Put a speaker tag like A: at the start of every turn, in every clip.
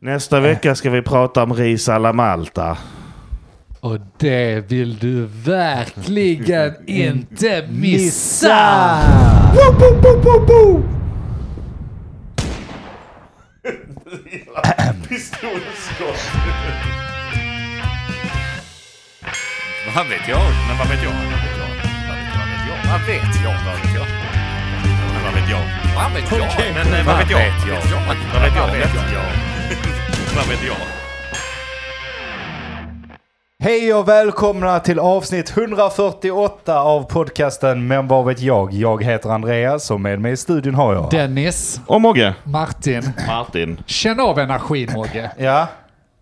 A: Eh.
B: Nästa vecka ska vi prata om ris alla Malta.
A: Och det vill du verkligen inte missa!
C: Missa!
D: Vad vet jag? Men vad vet jag? Vad vet jag? Vad vet jag? Vad vet jag? Men Vad vet jag? Vad vet jag? Men eh, vad vet jag? Vad vet jag? Vad vet jag? Vad vet jag?
C: Hej och välkomna till avsnitt 148 av podcasten Men vad vet jag? Jag heter Andreas och med mig i studion har jag...
A: Dennis,
B: Och Mogge.
A: Martin,
B: Martin.
A: känn av energin Mogge.
C: Ja,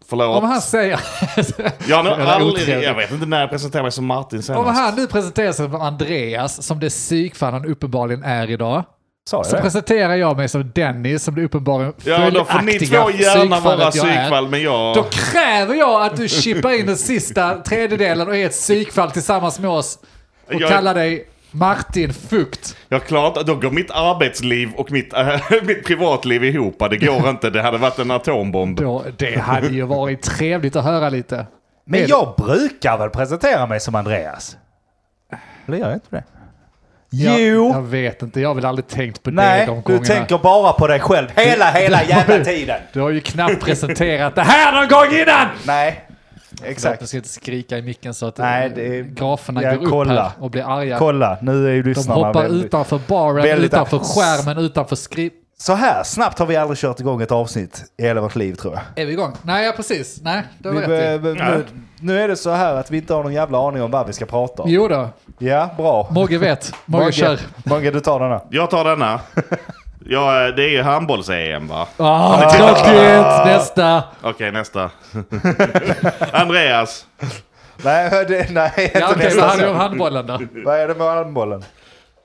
B: Förlåt.
A: Om han säger...
B: Jag, har nog
A: Det var
B: aldrig,
A: otrevligt.
B: jag vet inte när jag presenterade mig som Martin senast.
A: Om han nu presenterar sig som Andreas, som det psykfall han uppenbarligen är idag,
C: sa
A: så
C: jag det?
A: presenterar jag mig som Dennis, som det uppenbarligen
B: Ja, då får ni två gärna vara
A: psykfallet jag är.
B: psykfall, men jag...
A: Då kräver jag att du chippar in den sista tredjedelen och är ett psykfall tillsammans med oss och
B: Jag-
A: kallar dig Martin Fukt.
B: Jag klarar inte, då går mitt arbetsliv och mitt, äh, mitt privatliv ihop. Det går inte, det hade varit en atombomb.
A: Då, det hade ju varit trevligt att höra lite.
C: Men jag brukar väl presentera mig som Andreas? Eller gör jag inte det?
A: Jag-
C: Jo!
A: Jag vet inte, jag har väl aldrig tänkt på det
C: Nej,
A: de
C: du
A: gångerna.
C: tänker bara på dig själv hela, hela jävla tiden.
A: Du har ju knappt presenterat det här någon gång innan!
C: Nej,
A: Exakt.
C: exakt.
A: Jag ska inte skrika i micken så att
C: Nej,
A: Nej,
C: det är-
A: graferna
C: jag
A: går upp
C: kollar.
A: här och blir arga.
C: Kolla, nu är ju
A: De
C: lyssnarna...
A: hoppar
C: väldigt-
A: utanför baren,
C: väldigt-
A: utanför skärmen, utanför skriv...
C: Så här snabbt har vi aldrig kört igång ett avsnitt i hela vårt liv tror jag.
A: Är vi igång? Nej, ja, precis. Nej, det
C: Vi,
A: var rätt i.
C: be- be- nu, nu är det så här att vi inte har någon jävla aning om vad vi ska prata om.
A: Jo då,
C: Ja, bra.
A: Mogge vet. Mogge kör.
C: Mogge, du tar den här.
B: Jag tar denna. Ja, eh, det är ju handbolls-EM va?
A: Ah, Tråkigt! Nästa!
B: Okej, nästa. Andreas.
C: Nej, hör det, nej
A: Ja,
C: inte
A: okej, vad
C: nästa.
A: hade vi om
C: så.
A: handbollen då?
C: Vad är det med handbollen?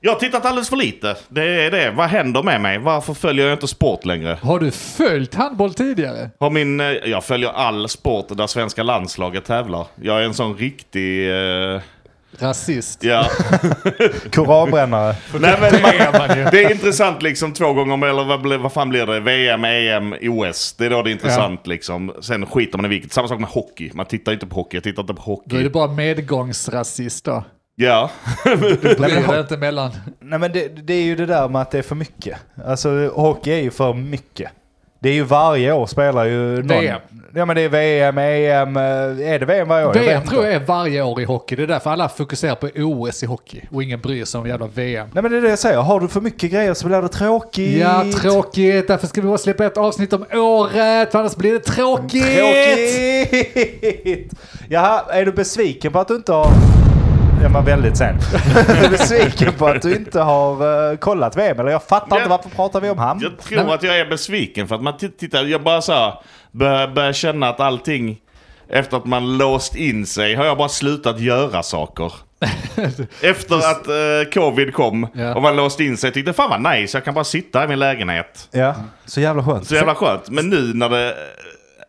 B: Jag har tittat alldeles för lite. Det är det. Vad händer med mig? Varför följer jag inte sport längre?
A: Har du följt handboll tidigare?
B: Har min, eh, jag följer all sport där svenska landslaget tävlar. Jag är en sån riktig... eh,
A: Rasist.
B: ja.
C: Koranbrännare.
B: Nej, men det är intressant liksom två gånger, eller vad, blir- vad fan blir det? E VM, EM, OS. Det är då det är intressant liksom. Sen skiter man i vilket. Samma sak med hockey. Man tittar inte på hockey. Jag tittar inte på
A: Då är det
B: hockey.
A: bara medgångsrasist då.
B: Ja.
A: Blir det inte mellan...
C: Nej men det, det är ju det där med att det är för mycket. Alltså hockey är ju för mycket. Det är ju varje år spelar ju någon...
A: VM.
C: Ja men det är VM, EM, eh, är det VM varje år?
A: VM
C: vet
A: tror
C: inte.
A: jag är varje år i hockey. Det är därför alla fokuserar på OS i hockey och ingen bryr sig om jävla VM.
C: Nej men det är det jag säger, har du för mycket grejer så blir det tråkigt.
A: Ja, tråkigt. Därför ska vi bara släppa ett avsnitt om året, för annars blir det tråkigt.
C: Tråkigt! Jaha, är du besviken på att du inte har... Den var väldigt sen. är du besviken på att du inte har eh, kollat VM? Eller jag fattar
B: Ja.
C: inte varför pratar vi om han?
B: Jag tror att jag är besviken för att man t- tittar, jag bara så här, börjar, börjar känna att allting efter att man låst in sig har jag bara slutat göra saker. efter att eh, covid kom
A: Ja.
B: och man låst in sig tyckte fan vad nice, jag kan bara sitta i min lägenhet.
C: Ja, så jävla skönt.
B: Så jävla skönt. Men nu när det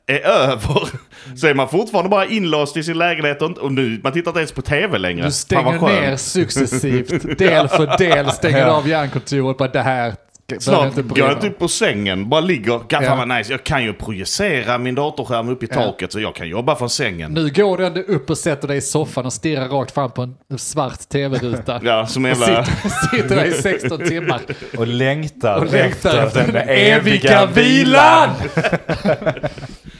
B: eh, är över så är man fortfarande bara inlåst i sin lägenhet och, inte- och nu, man tittar inte ens på tv längre.
A: Du stänger
B: Fan vad skönt.
A: ner successivt, del för del, stänger av hjärnkontoret på det här. behöver
B: Snart
A: inte bry
B: går jag
A: mig
B: inte
A: om.
B: upp på sängen, bara ligger. Gaffa
A: Ja.
B: vad nice. Jag kan ju projicera min datorskärm upp i taket så jag kan jobba från sängen.
A: Nu går du ändå upp och sätter dig i soffan och stirrar rakt fram på en svart tv-ruta.
B: Ja, som en
A: Och
B: jävla...
A: sitter, sitter där i 16 timmar
C: Och längtar,
A: och längtar efter den eviga vilan!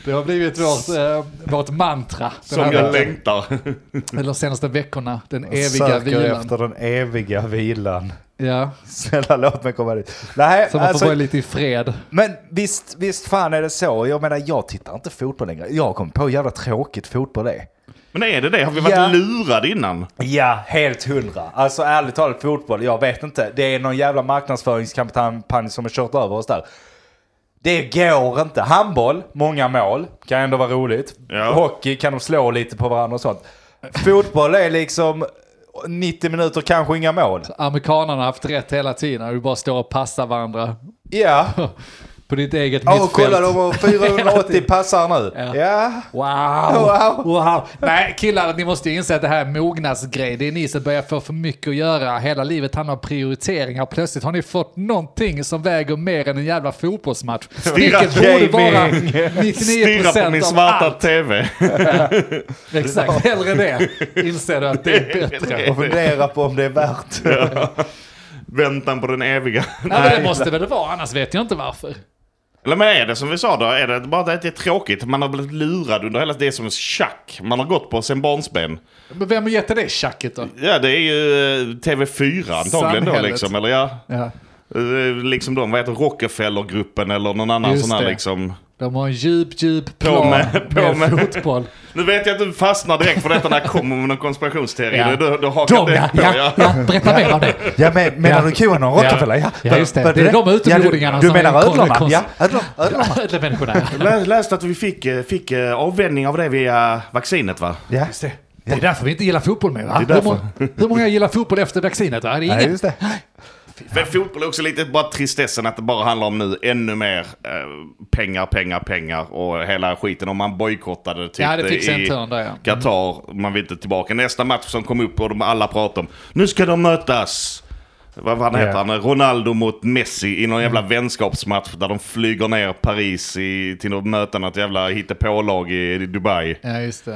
A: Det har blivit vårt, eh, vårt mantra. Den
B: Som
A: här
B: jag
A: veckan.
B: längtar.
A: Eller de senaste veckorna, den eviga
C: Söker
A: vilan.
C: efter den eviga vilan.
A: Ja,
C: Snälla låt mig komma dit. Nej,
A: så man får vara
C: alltså,
A: lite i fred.
C: men visst, visst fan är det så. Jag menar jag tittar inte fotboll längre. Jag har kommit på hur jävla tråkigt fotboll är.
B: Men är det det? Har vi varit
C: Ja.
B: lurade innan?
C: Ja, helt hundra. Alltså ärligt talat fotboll, jag vet inte. Det är någon jävla marknadsföringskampanj som har kört över oss där. Det går inte. Handboll, många mål, kan ändå vara roligt.
B: Ja.
C: Hockey kan de slå lite på varandra och sånt. Fotboll är liksom 90 minuter, kanske inga mål.
A: Amerikanerna har haft rätt hela tiden, vi bara står och passar varandra.
C: Ja,
A: På ditt eget
C: Åh,
A: mittfält.
C: kolla de har 480
A: tiden.
C: passar nu.
A: Ja.
C: Ja.
A: Wow. wow!
C: Wow.
A: Nej, killar, ni måste ju inse att det här är en mognadsgrej. Det är ni som börjar få för mycket att göra. Hela livet handlar om prioriteringar. Plötsligt har ni fått någonting som väger mer än en jävla fotbollsmatch. Vilket borde vara
C: gaming.
A: 99%
B: Stirra på min
A: av
B: svarta
A: allt.
B: TV.
A: Exakt, hellre det. Inser du att det är bättre.
C: Och fundera på om det är värt.
B: Väntan på den eviga.
A: Nej, men det måste väl det vara, annars vet jag inte varför.
B: Eller men är det som vi sa då? Är det bara det att det är tråkigt? Man har blivit lurad under hela... Det är som schack man har gått på sen barnsben.
A: Men vem har gett dig det tjacket då?
B: Ja, det är ju eh, TV4 antagligen då
A: Samhället.
B: liksom. Eller ja,
A: Ja,
B: eh, liksom de, vad heter Rockefellergruppen eller någon annan
A: Just
B: sån här
A: det.
B: liksom.
A: de har en djup, djup plan
B: med- på
A: med,
B: med.
A: fotboll.
B: Nu vet jag att du fastnar direkt för detta när jag kommer med någon konspirationsteori.
A: Ja.
B: Du, du, du hakar
A: De ja,
B: direkt på.
A: ja,
B: Ja.
A: ja, berätta mer om det.
C: Ja, men, menar du koen och Rockefeller? Ja,
A: Ja, just det. Det är de utomjordingarna
C: ja, du,
A: som
C: du menar
A: är
C: ödlorna?
A: konst-
C: Ja, ödlor, ödlor.
A: Ödlemänniskorna.
B: Lä, läste att vi fick, eh, fick eh, avvänjning av det via vaccinet va?
C: Ja.
A: Det är därför vi inte gillar fotboll mer va?
B: Det är
A: Hur,
B: därför.
A: många, hur många gillar fotboll efter vaccinet? Va? Det är
C: Nej,
A: ingen.
C: just det.
B: Men fotboll är också lite bara tristessen att det bara handlar om nu ännu mer eh, pengar, pengar, pengar och hela skiten. Om man bojkottade typ
A: Ja, det fick sig en
B: i
A: törn där, ja.
C: Mm.
B: Qatar, man vill inte tillbaka. Nästa match som kom upp och de alla pratade om, nu ska de mötas. Vad vad han heter
C: Ja.
B: han? Ronaldo mot Messi i någon jävla vänskapsmatch där de flyger ner Paris i, till att möta något jävla hittepålag i, i Dubai.
A: Ja, just det.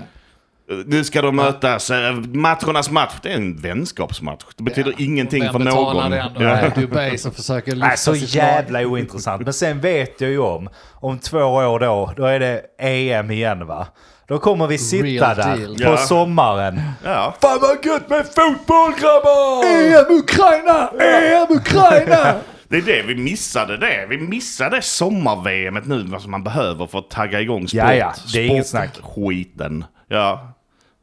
B: Eh, Nu ska de mötas, eh, matchernas match. Det är en vänskapsmatch. Det betyder ingenting
A: Vem
B: för
A: betalar
B: någon.
A: Det ändå?
B: Ja.
A: Nej, Dubai som försöker lyfta
C: Nej, så
A: sitt lag.
C: Alltså, jävla ointressant. Men sen vet jag ju om, om två år då, då är det EM igen va? Då kommer vi sitta
A: Real
C: där
A: deal.
C: på
B: Ja.
C: sommaren.
B: Ja.
C: Fan vad gött med fotboll grabbar!
A: EM Ukraina! EM Ukraina!
B: Det är det, vi missade det. Vi missade sommar-VM nu, vad som man behöver för att tagga igång sport.
C: Ja, ja, det är inget
B: Sport- Skiten. Ja.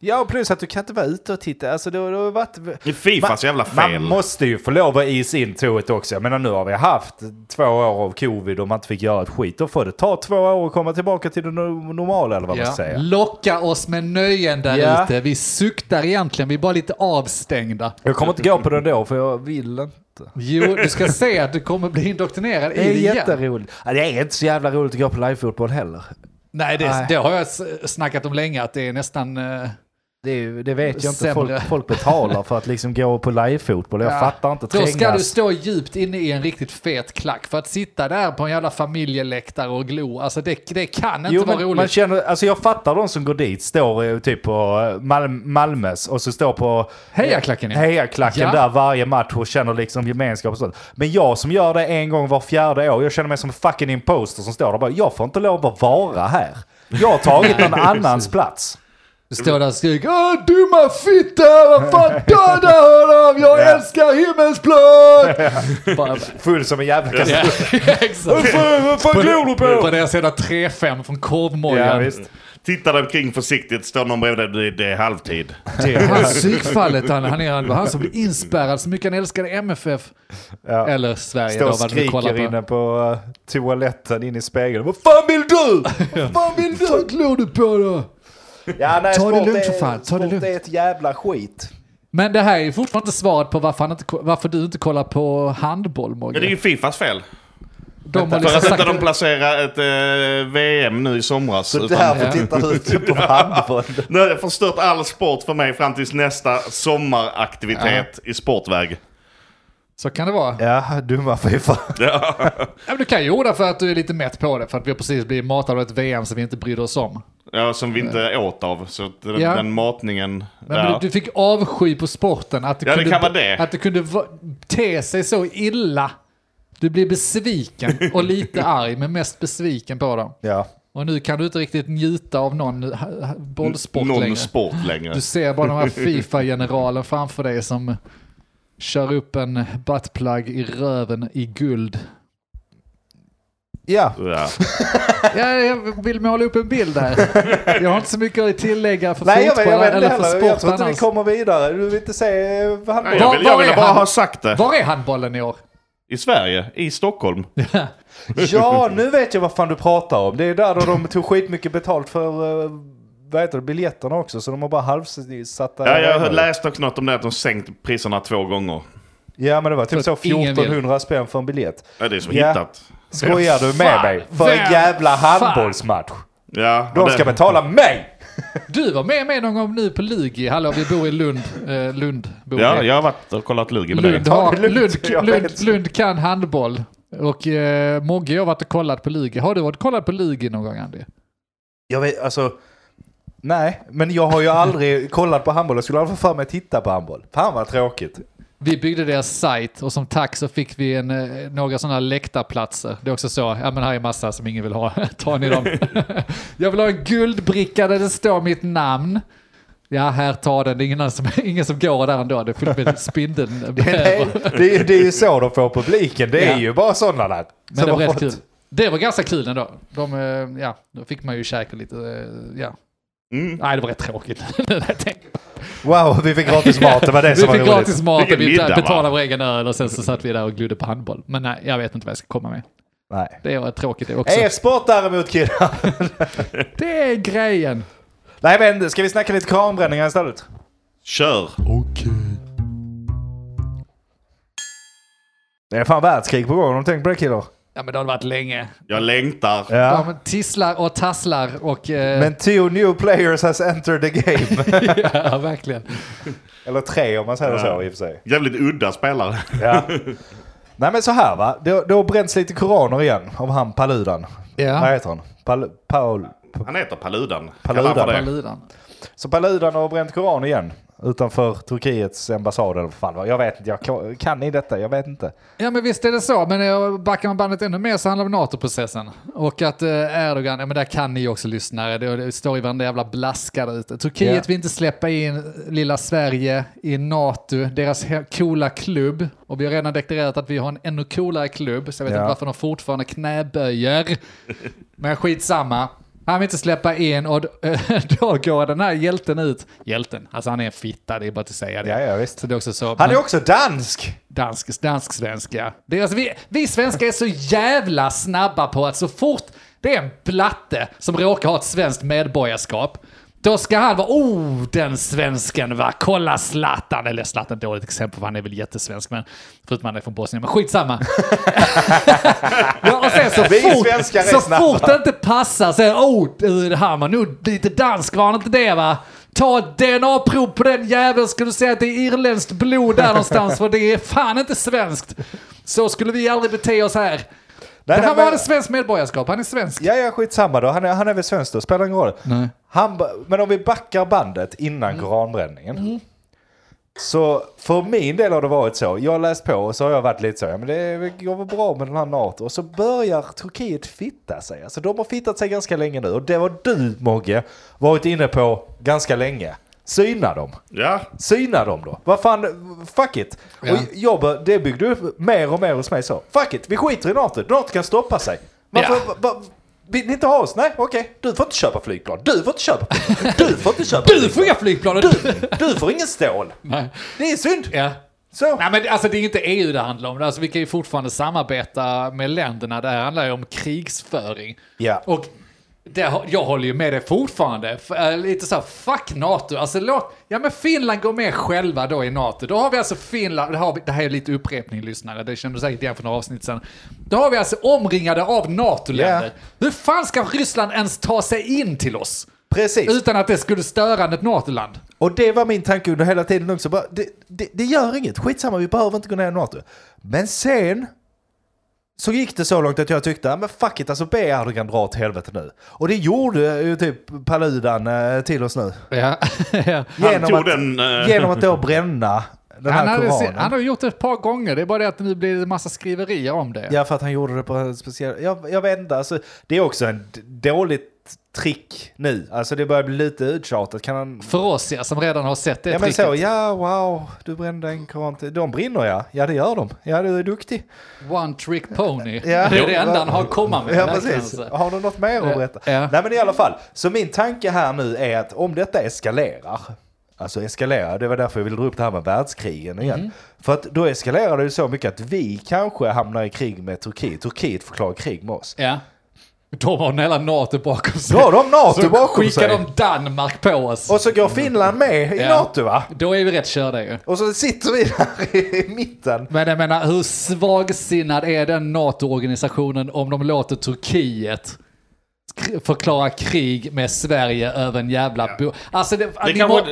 C: Ja, och plus att du kan inte vara ute och titta. Alltså, det, har- det har varit...
B: Det är Fifas jävla fel.
C: Man måste ju få lov att is in toet också. Jag menar, nu har vi haft två år av covid och man inte fick göra ett skit. Då får det ta två år att komma tillbaka till det no- normala eller vad man
A: Ja.
C: säger.
A: Locka oss med nöjen där
C: Ja.
A: ute. Vi suktar egentligen, vi är bara lite avstängda.
C: Jag kommer inte gå på den då, för jag vill inte.
A: Jo, du ska se att du kommer bli indoktrinerad i
C: Det är
A: det igen.
C: jätteroligt. Ja, det är inte så jävla roligt att gå på livefotboll heller.
A: Nej, det,
C: Nej.
A: det har jag s- snackat om länge, att det är nästan... eh,
C: Det, är, det vet jag inte.
A: Sämre.
C: Folk, folk betalar för att liksom gå på livefotboll. Jag
A: Ja.
C: fattar inte.
A: Då ska du
C: Trängas.
A: stå djupt inne i en riktigt fet klack. För att sitta där på en jävla familjeläktare och glo, alltså det, det kan inte
C: Jo,
A: vara
C: men man
A: roligt.
C: känner, alltså jag fattar de som går dit, står eh, typ på eh, Malm- Malmös och så står på eh,
A: Hejaklacken, ja.
C: hejaklacken
A: Ja.
C: där varje match och känner liksom gemenskap och sånt. Men jag som gör det en gång var fjärde år, jag känner mig som en fucking imposter som står där och bara, jag får inte lov att vara här. Jag har tagit någon annans plats.
A: Du står där och skriker Åh, dumma fitta, vad fan, döda honom, jag älskar himmelsblått! Bara-
C: Full som en jävla kastrull.
A: Ja, exakt.
C: Vad fan glor du
A: På deras jävla 3-5 från
C: Ja,
A: korvmojan.
C: visst.
B: Titta dig omkring försiktigt, står någon bredvid dig, det, det är halvtid.
A: han psykfallet, han, han, är, han som blev inspärrad så mycket han älskade MFF.
C: Ja.
A: Eller Sverige
C: Står
A: då,
C: och
A: vad du kollar
C: skriker
A: på.
C: inne på eh, toaletten, in i spegeln. Vad fan vill du? Vad fan vill du?
A: Vad glor du på då?
C: Ja, nej,
A: Ta det
C: sport
A: lugnt för
C: är-
A: fan, ta det
C: sport
A: lugnt.
C: är ett jävla skit.
A: Men det här är ju fortfarande inte svaret på varför, han inte, varför du inte kollar på handboll, Mogge.
B: Ja, det är ju Fifas fel.
A: De
B: För
A: har liksom
B: att
A: sagt...
B: inte de placerar ett eh, VM nu i somras.
C: Så
B: utan-
C: därför
A: Ja.
C: tittar du inte på handboll.
B: Nu har det förstört all sport för mig fram tills nästa sommaraktivitet i sportväg.
A: Så kan det vara.
C: Ja, dumma Fifa.
A: Ja, men du kan ju orda för att du är lite mätt på det, för att vi har precis blivit matade av ett VM som vi inte brydde oss om.
B: Ja, som vi inte åt av. Så att den,
A: Ja.
B: den matningen...
A: Men
B: ja.
A: du, du fick avsky på sporten, att det,
B: Ja, det
A: kunde,
B: kan vara det.
A: Att det kunde va- te sig så illa. Du blir besviken och lite arg, men mest besviken på dem.
C: Ja.
A: Och nu kan du inte riktigt njuta av någon ha- ha- bollsport
B: någon
A: längre.
B: sport längre.
A: Du ser bara den här Fifa-generalen framför dig som kör upp en buttplug i röven i guld.
C: Ja.
B: Ja.
A: Ja, jag vill måla upp en bild här. Jag har inte så mycket att tillägga för
C: Nej, jag vet,
A: fotboll
C: jag vet inte
A: eller för
C: heller. Jag
A: sport
C: tror inte vi
A: annars.
C: kommer vidare. Du vill inte se eh,
B: Nej,
C: handboll.
B: Jag ville
A: Var-
B: vill jag
A: var är
B: ville bara
A: han?
B: ha sagt det.
A: Var är handbollen i år?
B: I Sverige, i Stockholm.
C: Ja, nu vet jag vad fan du pratar om. Det är där då de tog skitmycket betalt för eh, vad heter det, biljetterna också. Så de har bara halvsatta...
B: Ja, jag
C: arenor.
B: läste också något om det att de sänkt priserna två gånger.
C: Ja, men det var typ
A: Så
C: så
A: att ingen vill.
C: 1400 spänn för en biljett.
B: Ja, det är som
C: Ja.
B: hittat.
C: Skojar du med
A: Fan,
C: mig? För en
A: vem
C: jävla
A: fan?
C: handbollsmatch.
B: Ja,
C: De
B: det-
C: ska betala mig!
A: Du var med mig någon gång nu på Lugi. Hallå, vi bor i Lund. Eh, Lund bor
B: Ja,
A: vi.
B: jag har varit och kollat Lugi med dig.
A: Lund,
C: Ta
A: har,
C: det lugnt,
A: Lund,
C: jag
A: Lund, Lund,
C: vet.
A: kan handboll. Och eh, Mogge, jag har varit och kollat på Lugi. Har du varit och kollat på Lugi någon gång, Andy?
C: Jag vet, alltså... Nej, men jag har ju aldrig kollat på handboll. Jag skulle aldrig få för mig att titta på handboll. Fan vad tråkigt.
A: Vi byggde deras sajt och som tack så fick vi en, eh, några sådana läktarplatser. Det är också så, ja men här är massa som ingen vill ha. Tar ni dem? jag vill ha en guldbricka där det står mitt namn. Ja, här tar den. Det är ingen, annan som, ingen som går där ändå. Det är fullt med spindeln.
C: Det är, det, är, ju- det är ju så de får publiken. Det är
A: Ja.
C: ju bara sådana där.
A: Men det
C: har
A: var rätt
C: fått-
A: kul. Det var ganska kul ändå. De, eh, ja, då fick man ju käka lite, eh, ja.
C: Mm.
A: Nej, det var rätt tråkigt. när jag tänker på
C: Wow, vi fick gratis mat. Det var det
A: det.
C: som
A: vi
C: var
A: fick
C: roligt.
A: gratis mat
B: Vilken
A: och vi
B: middag, va?
A: betalade vår egen öl och sen så satt vi där och glodde på handboll. Men nej, jag vet inte vad jag ska komma med.
C: Nej.
A: Det var tråkigt det också.
C: EF-sport däremot killar.
A: Det är grejen.
C: Nej men, ska vi snacka lite kranbränningar istället?
B: Kör!
C: Det är fan världskrig på gång om du tänker på det killar.
A: Ja, men det har varit länge.
B: Jag längtar.
C: Ja.
A: De tisslar och tasslar och... Eh,
C: Men two new players has entered the game.
A: ja, verkligen.
C: Eller tre om man säger så
B: Ja.
C: i och för sig.
B: Jävligt udda spelare.
C: Ja. Nej men så här va, det, det har bränts lite koraner igen av han Paludan. Vad
A: Ja.
C: heter han? Pal, Paul... P-
B: Han heter Paludan.
C: Paludan.
B: Kallar han för det.
A: Paludan.
C: Så Paludan har bränt koran igen. Utanför Turkiets ambassad eller vad fan var. Jag vet inte, jag kan, kan ni detta? Jag vet inte.
A: Ja men visst är det så, men eh, backar man bandet ännu mer så handlar det om NATO-processen. Och att eh, Erdogan, ja men där kan ni ju också lyssna, det, det står ju varenda jävla blaska där ute. Turkiet
C: Ja.
A: vill inte släppa in lilla Sverige i NATO, deras he- coola klubb. Och vi har redan deklarerat att vi har en ännu coolare klubb, så jag vet
C: Ja.
A: inte varför de fortfarande knäböjer. Men skitsamma. Han vill inte släppa in och då, då går den här hjälten ut. Hjälten, alltså han är en fitta, det är bara att säga det.
C: Ja, ja, visst.
A: Så det är också så.
C: Han
A: men-
C: är också dansk!
A: dansk, dansk-svenska. Det är, alltså, vi, vi svenskar är så jävla snabba på att så fort det är en blatte som råkar ha ett svenskt medborgarskap, då ska han vara oh den svensken va, kolla Zlatan. Eller Zlatan är ett dåligt exempel för han är väl jättesvensk, men förutom han är från Bosnien, men skitsamma. ja, och sen så
C: Vi
A: fort,
C: svenskar är
A: så
C: snabba.
A: fort det inte passar så är det, oh du, han var nog lite dansk var han inte det va? Ta ett DNA-prov på den jäveln ska du se att det är irländskt blod där någonstans för det är fan inte svenskt. Så skulle vi aldrig bete oss här.
C: Nej,
A: Men
C: nej,
A: han var
C: men-
A: hade svenskt medborgarskap, han är svensk.
C: Ja, ja, skitsamma då. Han är, han är väl svensk då, spelar ingen roll. Han, ba- men om vi backar bandet innan koranbränningen. Så för min del har det varit så. Jag har läst på och så har jag varit lite så, ja men det går väl bra med den här NATO. Och så börjar Turkiet fitta sig. Alltså de har fittat sig ganska länge nu. Och det var du Mogge varit inne på ganska länge. Syna dem.
B: Ja,
C: Syna dem då. Vad fan, fuck it.
A: Ja.
C: Och jag bör, det byggde upp mer och mer hos mig så. Fuck it, vi skiter i NATO. NATO kan stoppa sig. Varför,
A: Ja.
C: va, va, vill ni inte ha oss? Nej, okej. Du får inte köpa flygplan. Du får inte köpa flygplan. Du får inte köpa
A: Du får inga flygplan! och Du!
C: flygplan. Du får ingen stål.
A: Nej.
C: Det är synd.
A: Ja.
C: Så.
A: Nej men alltså det är inte EU det handlar om. Alltså, vi kan ju fortfarande samarbeta med länderna. Det här handlar ju om krigsföring.
C: Ja.
A: Och det, har- jag håller ju med dig fortfarande. F- äh, lite så här, fuck NATO. Alltså låt, ja men Finland går med själva då i NATO. Då har vi alltså Finland, det, har vi, det här är lite upprepning lyssnare, det kände du säkert igen för några avsnitt sedan. Då har vi alltså omringade av NATO-länder.
C: Ja.
A: Hur fan ska Ryssland ens ta sig in till oss?
C: Precis.
A: Utan att det skulle störa ett NATO-land.
C: Och det var min tanke under hela tiden också. Bara, det, det, det gör inget. Skitsamma, vi behöver inte gå ner i NATO. Men sen så gick det så långt att jag tyckte, "Ja, men fuck it, alltså be Erdogan dra åt helvete nu. Och det gjorde ju typ Paludan eh, till oss nu.
A: Ja.
B: han
C: Genom
B: tog
C: att,
B: den... eh,
C: genom att då bränna den
A: Han,
C: här
A: hade, se-
C: koranen.
A: han har gjort det ett par gånger, det är bara det att nu blir det en massa skriverier om det.
C: Ja, för att han gjorde det på en speciell... Jag, jag vet inte, alltså, det är också en d- dåligt trick nu. Alltså det börjar bli lite uttjatat. Kan han...
A: För oss ja, som redan har sett det
C: Ja men
A: tricket.
C: så, ja wow, du brände en koran till. De brinner ja, ja det gör de. Ja du är duktig.
A: One trick pony.
C: Ja.
A: Det är det enda
C: Ja.
A: han har att komma med.
C: Ja,
A: där kan man
C: precis.
A: säga.
C: Har du något mer att
A: alltså. Ja,
C: berätta?
A: ja.
C: Nej, men i alla fall. Så min tanke här nu är att om detta eskalerar, alltså eskalerar, det var därför jag ville dra upp det här med världskrigen igen.
A: Mm.
C: För att då eskalerar det ju så mycket att vi kanske hamnar i krig med Turkiet. Turkiet förklarar krig med oss.
A: Ja. De har hela NATO bakom sig.
C: Då har de NATO
A: så
C: bakom
A: skickar
C: sig.
A: de Danmark på oss.
C: Och så går Finland med i
A: Ja.
C: NATO va?
A: Då är vi rätt körda ju.
C: Och så sitter vi där i mitten.
A: Men jag menar, hur svagsinnad är den NATO-organisationen om de låter Turkiet skri- förklara krig med Sverige över en jävla bo... Alltså, det,
B: Det
A: ni
B: kan
A: må-
B: vara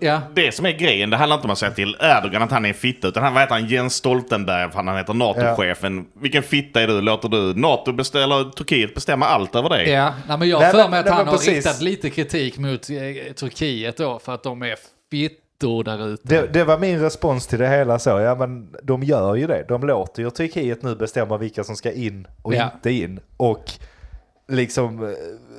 A: ja.
B: det som är grejen. Det handlar inte om att säga till Erdogan att han är en fitta. Utan han, vad heter han? Jens Stoltenberg, för han heter NATO-chefen. Vilken fitta är du? Låter du NATO beställa, eller Turkiet bestämma allt över dig?
A: Ja, nej, men jag
C: Nej,
A: har för
C: men-
A: mig att
C: nej,
A: han
C: men
A: har
C: precis.
A: riktat lite kritik mot eh, Turkiet då för att de är fittor där ute.
C: Det, det var min respons till det hela så. Ja men de gör ju det. De låter ju Turkiet nu bestämma vilka som ska in och
A: Ja.
C: inte in. Och liksom eh,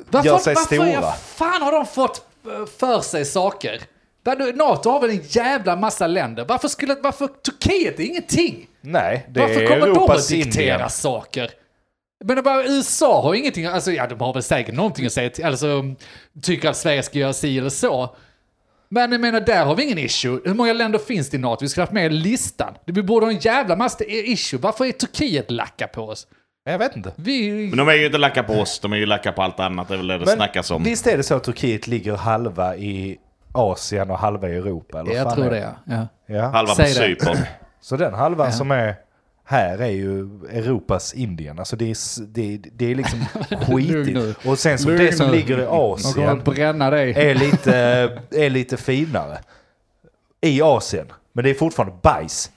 A: Varför,
C: gör sig
A: varför
C: stora.
A: är- fan har de fått eh, för sig saker? Där du- NATO har väl en jävla massa länder. Varför skulle, varför Turkiet är ingenting?
C: Nej, det
A: varför
C: är
A: kommer
C: Europas
A: de att diktera
C: Indien.
A: saker? Men det bara, USA har ingenting, alltså ja de har väl säkert någonting att säga till, alltså tycker att Sverige ska göra si eller så. Men jag menar, där har vi ingen issue. Hur många länder finns det i NATO? Vi skulle haft med i listan. Vi borde ha en jävla massa issue. Varför är Turkiet lacka på oss?
C: Jag vet inte.
A: Vi...
B: Men de är ju inte lacka på oss. De är ju lacka på allt annat. Det är väl det det snackas om.
C: visst är det så att Turkiet ligger halva i Asien och halva i Europa? Eller vad
A: jag
C: fan
A: tror
C: är
A: det, ja. ja.
C: Ja.
B: Halva på
A: Säg det.
B: Cypern.
C: Så den halvan som är här är ju Europas Indien. Alltså det är, s- det, det är liksom
A: Lugn nu.
C: skitigt. Och sen som det som ligger i
A: De kommer
C: Asien
A: att bränna dig.
C: är lite, är lite finare. I Asien. Men det är fortfarande bajs.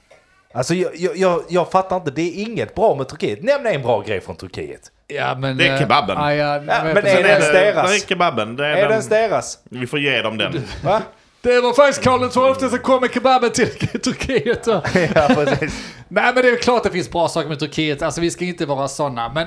C: Alltså jag, jag, jag, jag fattar inte, det är inget bra med Turkiet. Nämn en bra grej från Turkiet.
A: Ja, men,
B: Det är
A: eh,
B: kebaben.
A: Ja, ja,
C: Ja,
A: men
C: men
B: Sen
C: är det ens deras?
B: Eh, där är kebaben. Det är
C: Är det
B: den,
C: ens deras?
B: vi får ge dem den.
C: Va?
A: det var faktiskt Karl XII som kom med kebaben till Turkiet. då.
C: Ja, precis.
A: Nej men det är klart det finns bra saker med Turkiet, alltså vi ska inte vara sådana. Men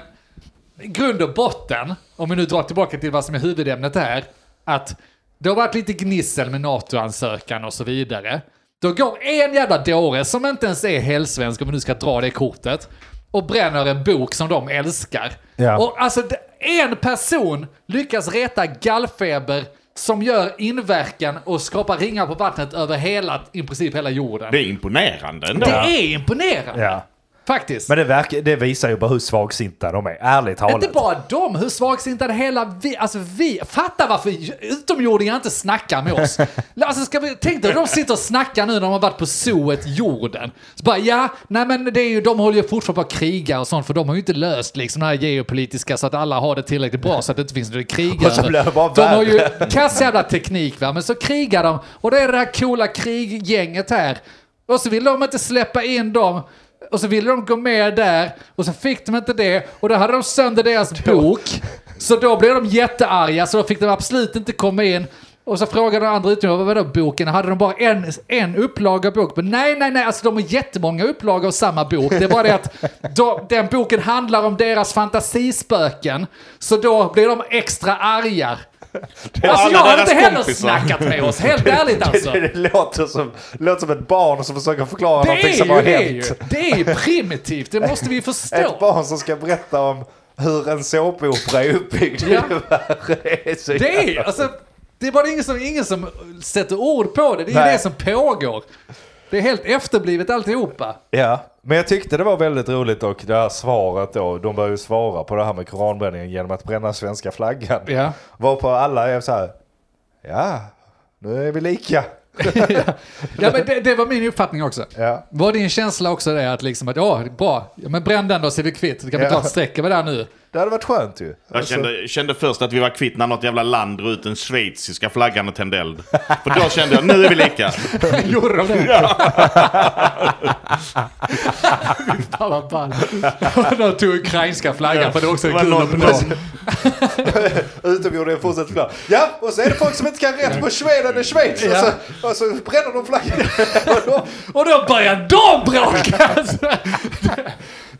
A: i grund och botten, om vi nu drar tillbaka till vad som är huvudämnet här, att det har varit lite gnissel med NATO-ansökan och så vidare. Då går en jävla dåre, som inte ens är helsvensk om vi nu ska dra det kortet, och bränner en bok som de älskar.
C: Ja.
A: Och alltså det- en person lyckas reta gallfeber som gör inverkan och skapar ringar på vattnet över hela, i princip hela jorden.
B: Det
A: Det,
B: är imponerande ändå.
A: är imponerande.
C: Ja.
A: Faktiskt.
C: Men det, verkar, det visar ju bara hur svagsinta de är, ärligt talat.
A: inte bara de, hur svagsintade hela vi, alltså vi, fatta varför utomjordingar inte snackar med oss. Alltså ska vi, tänk dig, de sitter och snackar nu när de har varit på zooet jorden. Så bara, ja, nej men det är ju, de håller ju fortfarande på att kriga och sånt för de har ju inte löst liksom det här geopolitiska så att alla har det tillräckligt bra så att det inte finns några krig
C: Och så
A: över.
C: blir det bara
A: De har ju
C: värre.
A: kass jävla teknik va, men så krigar de och det är det här coola kriggänget här. Och så vill de inte släppa in dem. Och så ville de gå med där och så fick de inte det och då hade de sönder deras bok. Så då blev de jättearga så då fick de absolut inte komma in. Och så frågade de andra utomhus, vad var då boken? Hade de bara en, en upplaga av bok? Men nej, nej, nej, alltså de har jättemånga upplagor av samma bok. Det är bara det att då, den boken handlar om deras fantasispöken. Så då blir de extra arga. Alltså
B: alla
A: jag har
B: deras
A: inte heller
B: kompisar.
A: snackat med oss, helt ärligt alltså.
C: Det, det, det låter, som, låter som ett barn som försöker förklara
A: Det
C: någonting
A: är
C: som har
A: ju det ju.
C: hänt.
A: Det är ju primitivt, det måste vi förstå.
C: Ett barn som ska berätta om hur en såpopera är uppbyggd.
A: Ja.
C: Det är så jävla-
A: Det är alltså, det är bara ingen som, ingen som sätter ord på det. Det är ju
C: Nej.
A: det som pågår. Det är helt efterblivet alltihopa.
C: Ja, men jag tyckte det var väldigt roligt och det här svaret då, de började ju svara på det här med koranbränningen genom att bränna svenska flaggan.
A: Ja.
C: Varpå alla är så här, ja, nu är vi lika.
A: Ja, men det, det var min uppfattning också.
C: Ja.
A: Var din känsla också det att liksom att, ja, bra, ja, men bränn den då så är vi kvitt. Då kan vi
C: Ja.
A: dra ett streck över där nu.
C: Det hade varit skönt ju.
B: Jag
D: Alltså-
B: kände, kände först att vi var kvitt när något jävla land drog ut den schweiziska flaggan och tände eld. För då kände jag, nu är vi lika.
A: Gjorde de det? Ja. Fan vad ball. Och de tog ukrainska flaggan för det är också
B: Det
A: en
B: var
A: kul
B: någon-
A: applåd.
C: Utomjordingar fortsätter förklara. Ja, och så är det folk som inte kan rätt på Schweden och Schweiz. Och,
A: Ja.
C: så, och så bränner de flaggan. Och då-
A: Och då börjar de bråka! Alltså,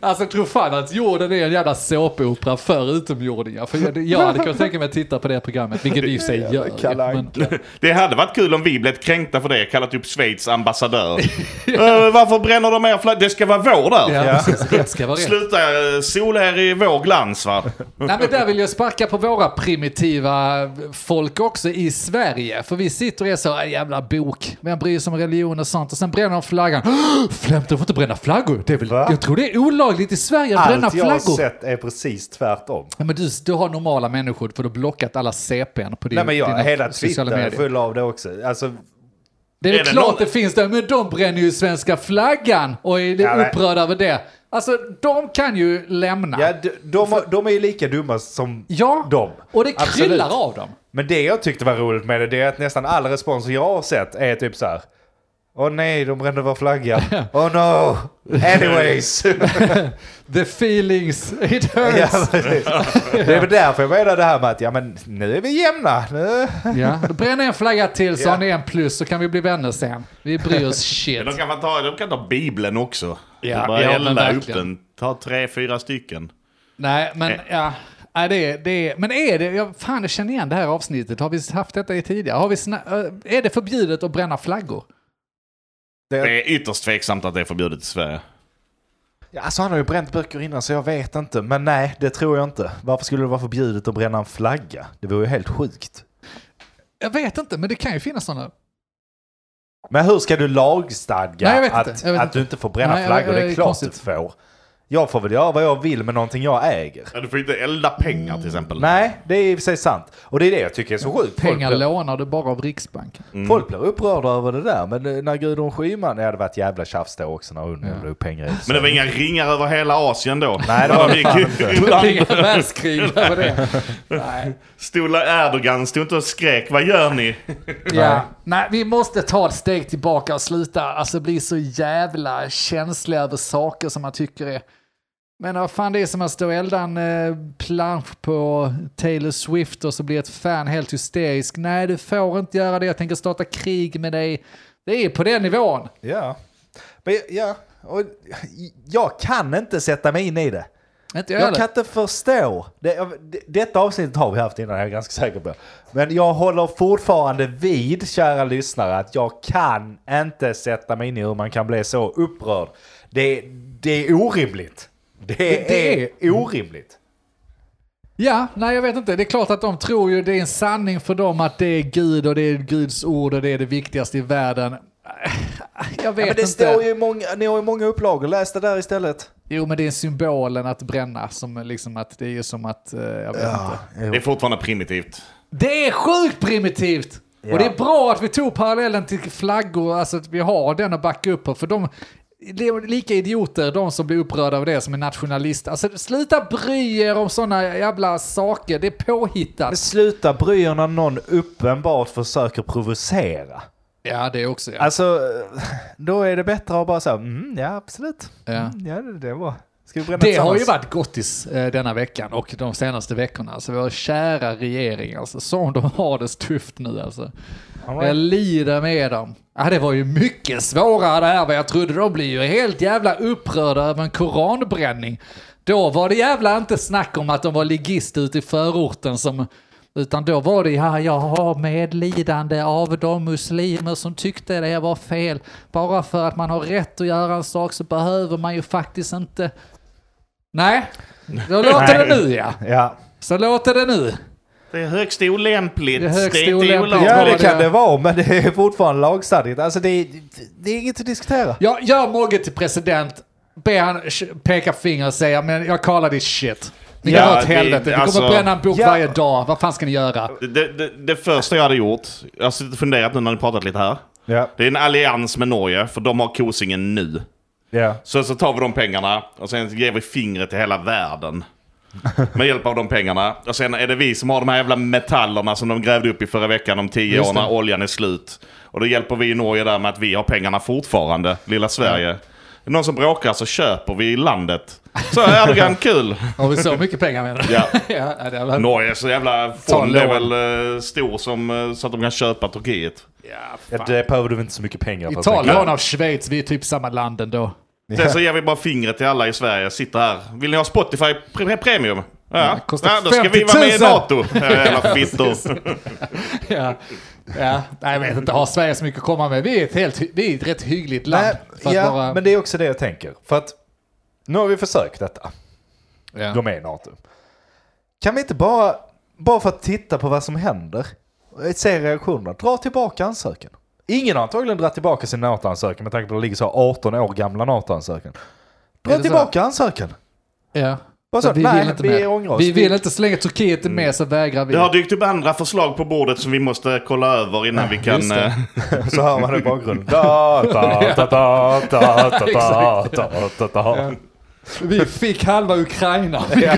A: Alltså tro fan att jorden är en jävla såpopera för utomjordingar. För jag, jag hade kunnat tänka mig att titta på det programmet, vilket vi i och för sig gör.
C: Kalle
A: Men,
C: Anka.
B: Det hade varit kul om vi blev kränkta för det, kallat upp Schweiz ambassadör. Eh, varför bränner de er flagga? Det ska vara vår där.
A: ja,
C: Ja.
A: precis. Rätt ska vara rätt.
B: Sluta eh, sola er i vår glans va.
A: Nej men där vill jag sparka på våra primitiva folk också i Sverige. För vi sitter och är så, "Äh, jävla bok, vem bryr sig om religion och sånt? Och sen bränner de flaggan. Flämt, de får inte bränna flaggor. Det är väl,
C: Va?
A: jag tror det är olagligt i Sverige att bränna
C: Allt jag har
A: flaggor.
C: sett är precis tvärtom.
A: Ja, men du, du har normala människor för du har blockat alla CPn på din,
C: Nej men jag,
A: dina
C: hela
A: sociala
C: Twitter är
A: medier.
C: full av det också. Alltså,
A: Det är,
B: Är
A: väl
B: det
A: klart
B: någon-
A: det finns det, men de bränner ju svenska flaggan och är
C: Ja, men-
A: upprörda över det. Alltså, de kan ju lämna.
C: ja, de, de, de är ju lika dumma som
A: Ja,
C: de.
A: och det
C: Absolut.
A: kryllar av dem.
C: Men det jag tyckte var roligt med det, det är att nästan all respons jag har sett är typ så här. Åh nej, de brände vår flagga. Oh no! Anyways!
A: The feelings, it
C: ja,
A: hurts.
C: precis. det är väl därför jag menar det här med att ja, men nu är vi jämna. Nu.
A: Ja. Då bränner jag en flagga till så
C: Ja.
A: har ni en plus så kan vi bli vänner sen. Vi bryr oss shit.
B: De kan, fan ta, de kan ta Bibeln också.
A: Ja,
B: bara
A: ja, men
B: elda upp
A: verkligen.
B: den. Ta tre, fyra stycken.
A: Nej, men ja. Nej, det, är- det, är- men är det, jag, fan jag känner igen det här avsnittet, har vi haft detta i tidigare? Har vi sna, ö, är det förbjudet att bränna flaggor?
B: Det är ytterst tveksamt att det är förbjudet i Sverige.
C: Ja, Alltså han har ju bränt böcker innan så jag vet inte. Men nej, det tror jag inte. Varför skulle det vara förbjudet att bränna en flagga? Det vore ju helt sjukt.
A: Jag vet inte, men det kan ju finnas sådana.
C: Men hur ska du lagstadga
A: Nej, jag vet
C: att,
A: inte. Jag vet
C: att
A: inte.
C: du inte får bränna
A: Nej, jag-
C: flaggor?
A: jag-
C: det
A: det
C: är
A: är
C: klart
A: konstigt.
C: du får. Jag får väl göra vad jag vill med någonting jag äger.
B: Ja, Du får inte elda pengar till exempel.
C: Nej, det är i och för sig sant. Och det är det jag tycker är så sjukt. Folk
A: Pengar Mm.
C: blir, Mm.
A: lånar du bara av Riksbanken.
C: folk blir upprörda över det där. Men eh, när Gudrun Schyman... Ja, det var ett jävla tjafs då också när hon ja. upp pengar i.
B: Men det var inga ringar över hela Asien då.
C: Nej, det var det fan inte.
A: Inga världskrig över det. Nej.
B: Stod Erdogan stod inte och skrek vad gör ni?
A: Ja. Nej, vi måste ta ett steg tillbaka och sluta alltså, bli så jävla känsliga över saker som man tycker är... Men vad fan, det är som att stå och elda en eh, plansch på Taylor Swift och så blir ett fan helt hysterisk. Nej, du får inte göra det. Jag tänker starta krig med dig. Det är på den nivån.
C: Ja. Men, ja. Och, jag kan inte sätta mig in i det.
A: Inte jag
C: Jag kan
A: heller.
C: inte förstå. Det, det, detta avsnittet har vi haft innan, jag är ganska säker på. Men jag håller fortfarande vid, kära lyssnare, att jag kan inte sätta mig in i hur man kan bli så upprörd. Det, det är orimligt. Det,
A: det
C: är, orimligt.
A: Ja, nej jag vet inte. Det är klart att de tror ju det är en sanning för dem att det är Gud och det är Guds ord och det är det viktigaste i världen. Jag vet
C: Ja, men det
A: inte.
C: står ju i många, ni har ju många upplagor, läs det där istället.
A: Jo, men det är symbolen att bränna som liksom att det är ju som att, eh, jag vet inte.
B: Det är fortfarande primitivt.
A: Det är sjukt primitivt!
C: Ja.
A: Och det är bra att vi tog parallellen till flaggor, alltså att vi har den att backa upp på, för de det är lika idioter, de som blir upprörda av det, som är nationalister. Alltså sluta bry er om sådana jävla saker, det är
C: Men
A: påhittat.
C: sluta bry er när någon uppenbart försöker provocera.
A: Ja, det också. Ja.
C: Alltså, då är det bättre att bara säga mm, ja absolut.
A: Ja.
C: Mm, ja, det, det var. Ska vi bränna
A: Det har ju
C: tillsammans?
A: varit gottis eh, denna veckan och de senaste veckorna. Alltså vår kära regering, alltså som de har det tufft nu alltså.
C: Ja,
A: Jag lider med dem. Ja, det var ju mycket svårare det här vad jag trodde. De blir ju helt jävla upprörda över en koranbränning. Då var det jävla inte snack om att de var ligist ute i förorten som... Utan då var det, ja, jag har medlidande av de muslimer som tyckte det var fel. Bara för att man har rätt att göra en sak så behöver man ju faktiskt inte... Nej, då låter det nu ja.
C: Ja.
A: Så låter det nu.
B: Det är högst olämpligt.
A: Det är högst
B: inte
A: olämpligt.
B: olagligt.
C: Ja,
A: Ja,
C: det
A: det
C: kan
A: är-
C: det vara, men det är fortfarande lagstadgat. Alltså det är, det är inget att diskutera.
A: Jag gör Mogge till president, be han sh- peka finger och säga men jag kallar ditt shit. Ni kan
B: Ja,
A: dra åt
B: det-
A: helvete, ni
B: alltså-
A: kommer bränna en bok
C: Ja.
A: varje dag, vad fan ska ni göra?
B: Det, det, det första jag hade gjort, jag har suttit och funderat nu när ni pratat lite här.
C: Ja,
B: Det är en allians med Norge, för de har Kosingen nu.
C: ja.
B: Sen så tar vi de pengarna och sen ger vi fingret till hela världen. Med hjälp av de pengarna. Och sen är det vi som har de här jävla metallerna som de grävde upp i förra veckan om tio
A: Just
B: år när
A: det.
B: oljan är slut. Och då hjälper vi i Norge där med att vi har pengarna fortfarande, lilla Sverige. Är det någon som bråkar så köper vi landet. Så Erdogan, kul!
A: Har vi så mycket pengar menar du?
B: Ja.
A: ja, det var...
B: Norge så jävla
A: Ta
B: fond är
A: lån.
B: väl eh, stor som, eh, så att de kan köpa Turkiet.
A: ja,
C: ja
A: fan.
C: det behöver du inte så mycket pengar för.
A: Italien
C: tänker
A: lån av Schweiz, vi är typ samma land ändå.
B: Sen så ger vi bara fingret till alla i Sverige. Sitter här. Vill ni ha Spotify pre- Premium? Ja,
A: kostar
B: ja då ska vi vara med i
A: 50 000.
B: NATO. Ja, Jävla fittor.
A: Ja. Ja. Nej, jag vet inte, har Sverige så mycket att komma med? Vi är ett, helt, hy- vi är ett rätt hyggligt land.
C: jag.
A: för att
C: ja,
A: vara-
C: men det är också det jag tänker. För att nu har vi försökt detta.
A: ja.
C: Gå med i NATO. Kan vi inte bara, bara för att titta på vad som händer, eh, se reaktionerna, dra tillbaka ansökan? Ingen har antagligen dragit tillbaka sin NATO-ansökan med tanke på att det ligger så 18 år gamla NATO-ansökan.
A: Är
C: Dra
A: det så?
C: tillbaka ansökan.
A: Ja.
C: Vad sa
A: Men
C: du? Nej, vi
A: mer.
C: ångrar oss.
A: Vi
C: Vi- Mm.
A: vill inte, så länge Turkiet är med så vägrar vi.
B: Det har dykt upp andra förslag på bordet som vi måste kolla över innan vi kan...
A: just det.
B: eh,
C: Så hör man det i bakgrunden. Da, da, da, da, da, da, da, da, da, da.
A: Vi fick halva Ukraina.
C: Ja.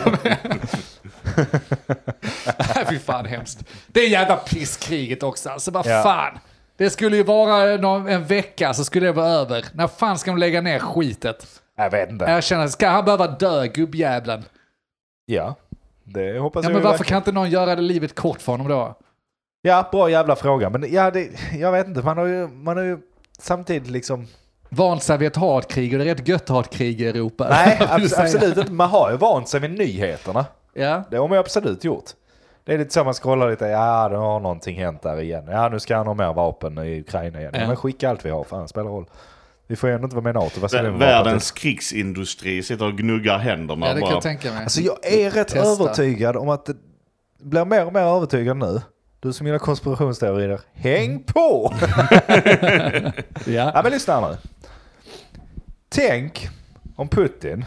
A: Nej, Fy fan hemskt. Det är jävla pisskriget också. Alltså vad
C: Ja.
A: fan. Det skulle ju vara någon, en vecka så skulle det vara över. När fan ska de lägga ner skitet?
C: Jag vet inte.
A: Jag känner, ska han behöva dö gubbjävlen?
C: Ja, det hoppas
A: Ja
C: Alltså,
A: men
C: jag. vi
A: varför
C: verkligen.
A: kan inte någon göra det livet kort för honom då?
C: Ja, bra jävla fråga. Men ja, det, jag vet inte. Man har ju, man har ju samtidigt liksom...
A: Vant sig vid ett hatkrig och det är rätt gött hatkrig i Europa.
C: Nej,
A: Vad vill
C: abs-
A: du säga?
C: absolut inte. Man har ju vant sig vid nyheterna.
A: Ja.
C: Det har man ju absolut gjort. Det är lite så man scrollar lite. Ja, nu har någonting hänt där igen. Ja, nu ska han ha mer vapen i Ukraina igen.
A: Ja.
C: Ja. Men skicka allt vi har. Fan, det spelar roll. Vi får ju ändå inte vara med i NATO. Vad ska vi med vapen till?
B: Världens krigsindustri sitter och gnuggar händerna
A: ja det kan
B: bara.
A: jag tänka mig.
C: Alltså jag är rätt
A: Testa.
C: övertygad om att det blir mer och mer övertygad nu. Du som gillar konspirationsteorier,
B: Mm.
C: häng på!
A: Ja.
C: ja men lyssna här nu. Tänk om Putin,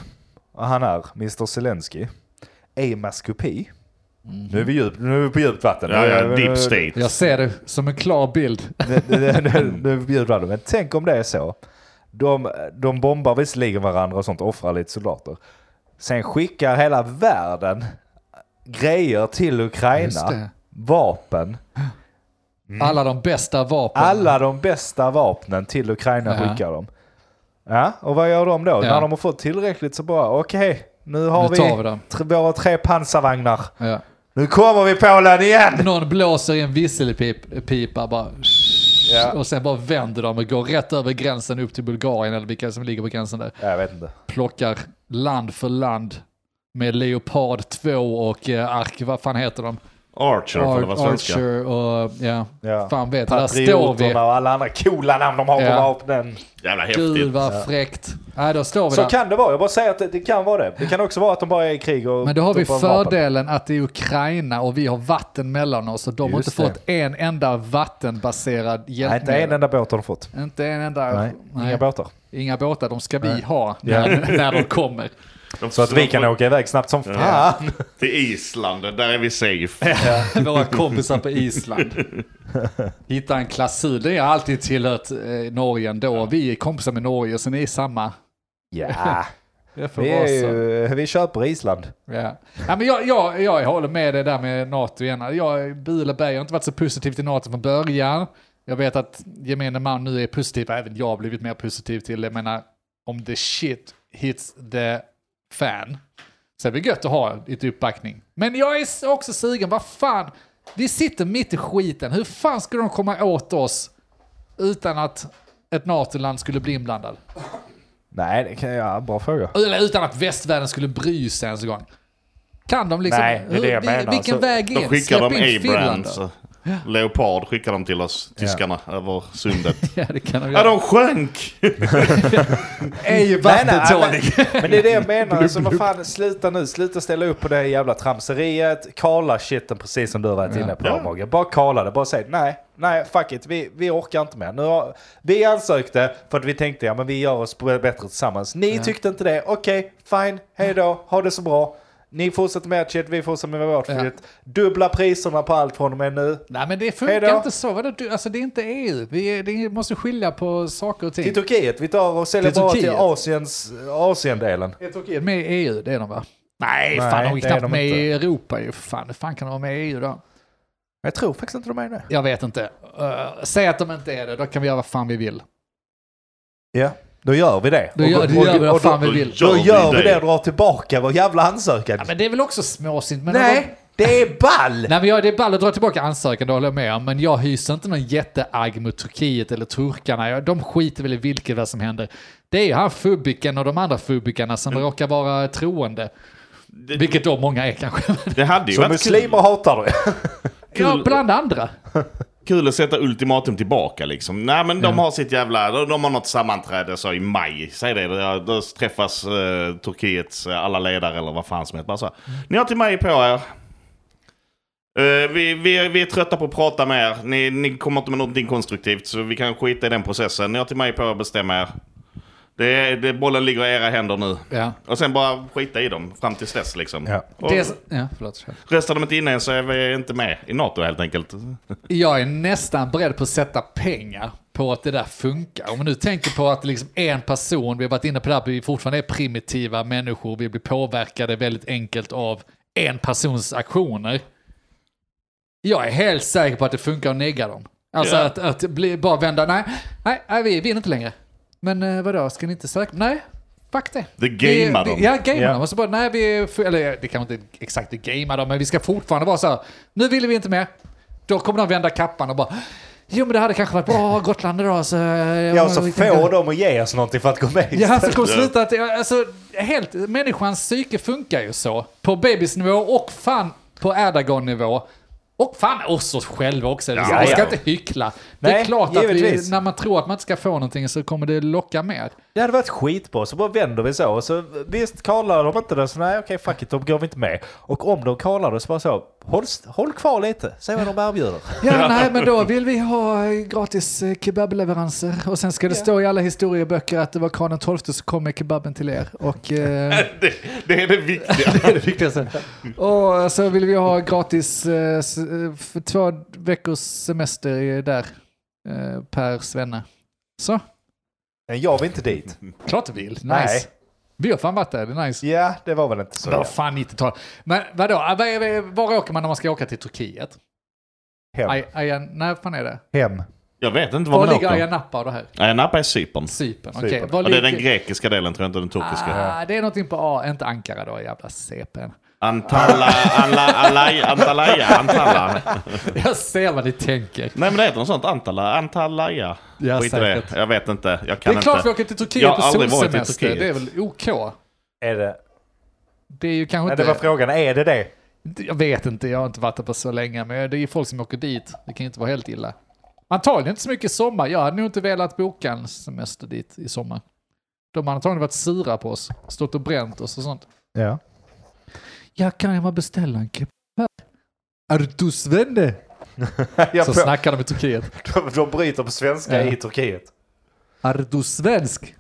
C: och han är Mr Zelensky, är i maskopi. Nu, är vi djup, nu är vi på djupt vatten.
B: Mhm. Ja, ja,
C: Nu- nu-
B: deep state.
A: Jag ser det som en klar bild.
C: nu- nu-
A: Mm.
C: nu- Nu är vi på djupt vatten. Men tänk om det är så. De, de bombar visserligen varandra och sånt, offrar lite soldater. Sen skickar hela världen grejer till
A: Just
C: Ukraina.
A: det.
C: Vapen.
A: Alla de bästa vapen.
C: Alla de bästa vapnen till Ukraina
A: Ja.
C: skickar de. Ja, och vad gör de då? När de har fått tillräckligt så bara, okej, nu har
A: Nu
C: vi,
A: tar vi dem.
C: tr- våra tre pansarvagnar.
A: Ja.
C: Nu kommer vi Polen igen!
A: Någon blåser i en visselpipa bara.
C: Ja.
A: Och sen bara vänder de och går rätt över gränsen upp till Bulgarien eller vilka som ligger på gränsen där.
C: Jag vet inte.
A: Plockar land för land med Leopard 2 och eh, Ark, vad fan heter de?
B: Archer, för det var
A: Ar-
B: svenska.
A: Archer och ja,
C: Ja.
A: fan vet, där står vi.
C: Patrioterna och alla andra coola namn de har
A: Ja.
C: på vapnen.
B: Jävla
A: Gud
B: häftigt.
A: vad fräckt. Nej, då står vi
C: Så
A: där.
C: kan det vara. Jag bara säger att det, det kan vara det. Det kan också vara att de bara är i krig och...
A: Men då har vi
C: de får vapen.
A: fördelen att det är Ukraina och vi har vatten mellan oss och de har inte
C: Just
A: fått en enda vattenbaserad
C: Nej, inte en
A: hjälpmedel.
C: enda båt har de fått.
A: Inte en enda.
C: Nej, inga båtar.
A: Inga båtar, de ska vi ha när, när de kommer.
B: De
C: Så att vi kan
B: försöker-
C: åka iväg snabbt som fan.
B: Till Island, där är vi safe.
A: Våra kompisar på Island. Hitta en klausul, det har alltid tillhört eh, Norge ändå. Vi är kompisar med Norge, så ni är samma.
C: Ja,
A: Det får
C: vi,
A: vara
C: är
A: så.
C: ju, vi köper Island.
A: Ja. Ja, men jag, jag, jag håller med dig där med NATO igen. Jag, Bule Berg, jag har inte varit så positiv till NATO från början. Jag vet att gemene man nu är positiv, även jag har blivit mer positiv till det. Jag menar, om the shit hits the fan så är det gött att ha lite uppbackning. Men jag är också sugen, vad fan, vi sitter mitt i skiten. Hur fan skulle de komma åt oss utan att ett NATO-land skulle bli inblandad?
C: Nej, det kan jag... Bra fråga.
A: Eller utan att västvärlden skulle bry sig ens en gång. Kan de liksom...
C: Nej, det är det jag alltså.
A: hur- vi-
C: menar.
A: Vilken
C: Så
A: väg in?
B: Då skickar
A: Släpp
B: de
A: in Finland
B: Abrams. eh,
A: då.
B: Leopard skickar de till oss, tyskarna, över sundet.
A: Ja, det kan de
B: Ja,
A: göra.
B: de sjönk!
A: är ju
C: men, men det är det jag menar. Alltså, vad fan, sluta nu. Sluta ställa upp på det här jävla tramseriet. Kala shiten precis som du har varit inne på,
B: Ja.
C: Mogge. Bara kala det. Bara säg nej, nej, fuck it. Vi, vi orkar inte mer. Nu har, vi ansökte för att vi tänkte ja, men vi gör oss bättre tillsammans. Ni tyckte inte det. Okej, fine. Hej då. Ha det så bra. Ni fortsätter med ert shit, vi fortsätter med vårt
A: Ja.
C: shit. Dubbla priserna på allt från och med nu.
A: Nej, men det
C: Hej
A: funkar
C: då.
A: inte så. Vadå, du- Alltså, det är inte EU. Vi är, det måste skilja på saker och ting.
C: Till Turkiet. Vi tar och säljer
A: Till
C: bara till
A: Turkiet?
C: Asiens, Asiendelen.
A: Är Turkiet med i EU? Det är de va? Nej,
C: Nej,
A: fan de är
C: det
A: knappt
C: är de
A: med
C: inte.
A: i Europa ju. Fan, hur fan kan de vara med i EU då?
C: Jag tror faktiskt inte de är det.
A: Jag vet inte. Eh, säg att de inte är det, då kan vi göra vad fan vi vill.
C: Ja, då gör vi det.
A: Då gör, då gör vi vad fan vi
B: då-
A: vill.
C: Då gör vi
B: det.
C: det och drar tillbaka vår jävla ansökan.
A: Ja, men det är väl också småsint. Men de-
C: Nej, det är ball!
A: Nej men jag, det är ball att dra tillbaka ansökan, det håller jag med om. Men jag hyser inte någon jätteagg mot Turkiet eller turkarna. Jag, de skiter väl i vilket vad som händer. Det är ju han fubiken och de andra fubikarna som råkar vara troende. Vilket då många är kanske.
B: Det hade ju
C: Så
B: varit kul,
C: muslimer hatar du.
A: Ja, bland andra.
B: kul att sätta ultimatum tillbaka liksom. Nej men de har sitt jävla, de, de har något sammanträde så i maj, säg det. Då, då träffas eh, Turkiets eh, alla ledare eller vad fan som helst. Bara så här,
A: Mm.
B: Ni har till maj på er. Eh, vi, vi, vi är trötta på att prata med er. Ni, ni kommer inte med någonting konstruktivt så vi kan skita i den processen. Ni har till maj på er att bestämma er. Det är, det, bollen ligger i era händer nu.
A: Ja.
B: Och sen bara skita i dem fram tills dess liksom.
C: Ja.
B: Och
A: Det är, s- ja, förlåt. kör.
B: Röstar de inte in än så är vi inte med i NATO helt enkelt.
A: Jag är nästan beredd på att sätta pengar på att det där funkar. Om man nu tänker på att liksom en person, vi har varit inne på det här, vi fortfarande är primitiva människor, vi blir påverkade väldigt enkelt av en persons aktioner. Jag är helt säker på att det funkar att negga dem. Alltså
B: Ja.
A: att, att bli, bara vända, nej, nej, nej, vi vinner inte längre. Men eh, vadå, ska ni inte söka? Nej, fuck det.
B: Det
A: Vi-
B: gamar
A: vi-
B: dem.
A: Ja, gamea
C: Ja.
A: dem. Och så bara, nej, vi, eller det kanske inte exakt är gamea dem, men vi ska fortfarande vara så här, nu vill vi inte mer. Då kommer de vända kappan och bara, jo men det hade kanske varit bra, Gotland idag så...
C: Ja, och så får de att ge oss någonting för att gå med
A: Ja, så
C: istället.
A: kommer sluta att, alltså, helt, människans psyke funkar ju så. På bebisnivå och fan på Erdogan-nivå. Och fan oss oss själva också. Vi ska,
C: Ja,
A: vi ska
C: ja.
A: inte hyckla. det är
C: Nej,
A: klart att vi,
C: givetvis.
A: när man tror att man inte ska få någonting så kommer det locka mer.
C: Det hade varit skitbra, så bara vänder vi så. Och så visst, kallar de inte det så nej okej fuck it, de går vi inte med. Och om de kallar det så bara så, håll, håll kvar lite, se vad de erbjuder.
A: Ja, nej, men då vill vi ha eh, gratis eh, kebableveranser. Och sen ska det stå i alla historieböcker att det var Karl XII som kom med kebaben till er. Och, eh,
B: Det, det är det viktiga.
A: Det är det viktigaste. Och så vill vi ha gratis eh, s- eh, för två veckors semester i- där eh, per svenne. Så,
C: Men jag vill inte dit.
A: klart du vill. Nice.
C: Nej.
A: Vi har fan varit där, det är nice.
C: Ja, det var väl inte så.
A: Vad fan 90-tal. Men vadå, Ah, vad är- vad är- var åker man när man ska åka till Turkiet?
C: Hem.
A: Aj, Aja, när fan är det?
C: Hem.
B: Jag vet inte var
A: Var
B: man
A: ligger Ayia
B: åker.
A: Napa och det här?
B: Nej, Napa är Cypern.
A: Cypern, okej.
C: Cypern.
A: Var
B: Ja, det är den
A: ligger-
B: grekiska delen tror jag inte den turkiska.
A: Ah, det är någonting på A, inte Ankara då, jävla CPN.
B: Antalla, alla, alai, Antalaya, Antalla.
A: Jag ser vad ni tänker.
B: Nej men det heter något sånt, Antalla, Antalaya.
A: Ja,
B: Skit i det.
A: säkert.
B: Jag vet inte, jag
A: Det
B: kan
A: är klart vi
B: inte.
A: åker till Turkiet
B: Jag har
A: på
B: aldrig varit i
A: solsemester,
B: Turkiet.
A: det är väl OK?
C: Är det?
A: Det är ju kanske
C: Nej,
A: inte...
C: det var frågan, är det det?
A: Jag vet inte, jag har inte varit där på så länge, men det är ju folk som åker dit. Det kan ju inte vara helt illa. Antagligen inte så mycket sommar. Jag hade nog inte velat boka en semester dit i sommar. De har antagligen varit sura på oss, stått och bränt oss och sånt.
C: Ja.
A: Jag kan jag bara beställa en kebab? Är du svenne?
C: Jag
A: Så
C: får-
A: snackar de i Turkiet.
C: de, de bryter på svenska
A: Ja.
C: i Turkiet.
A: Är du svensk?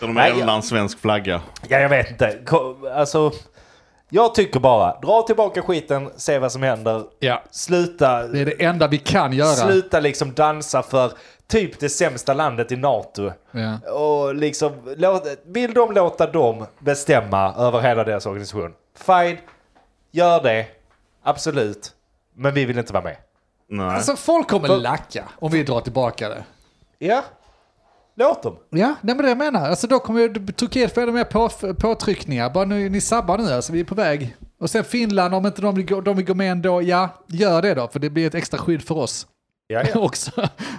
B: De
C: Nej, jag-
B: eldar en svensk flagga.
C: Ja, jag vet inte. Ko- Alltså, jag tycker bara, dra tillbaka skiten, se vad som händer.
A: Ja.
C: Sluta,
A: Det är det enda vi kan göra.
C: sluta liksom dansa för typ det sämsta landet i NATO.
A: Ja.
C: Och liksom, låt, vill de låta dem bestämma över hela deras organisation? Fine, gör det. Absolut. Men vi vill inte vara med.
B: Nej.
A: Alltså folk kommer lacka om vi drar tillbaka det.
C: Ja, låt dem.
A: Ja, nej men det jag menar. Alltså då kommer ju Turkiet få ännu mer på, påtryckningar. Bara nu, ni sabbar nu alltså, vi är på väg. Och sen Finland, om inte de vill, gå- de vill gå med ändå, ja, gör det då. För det blir ett extra skydd för oss
C: Ja,
A: också.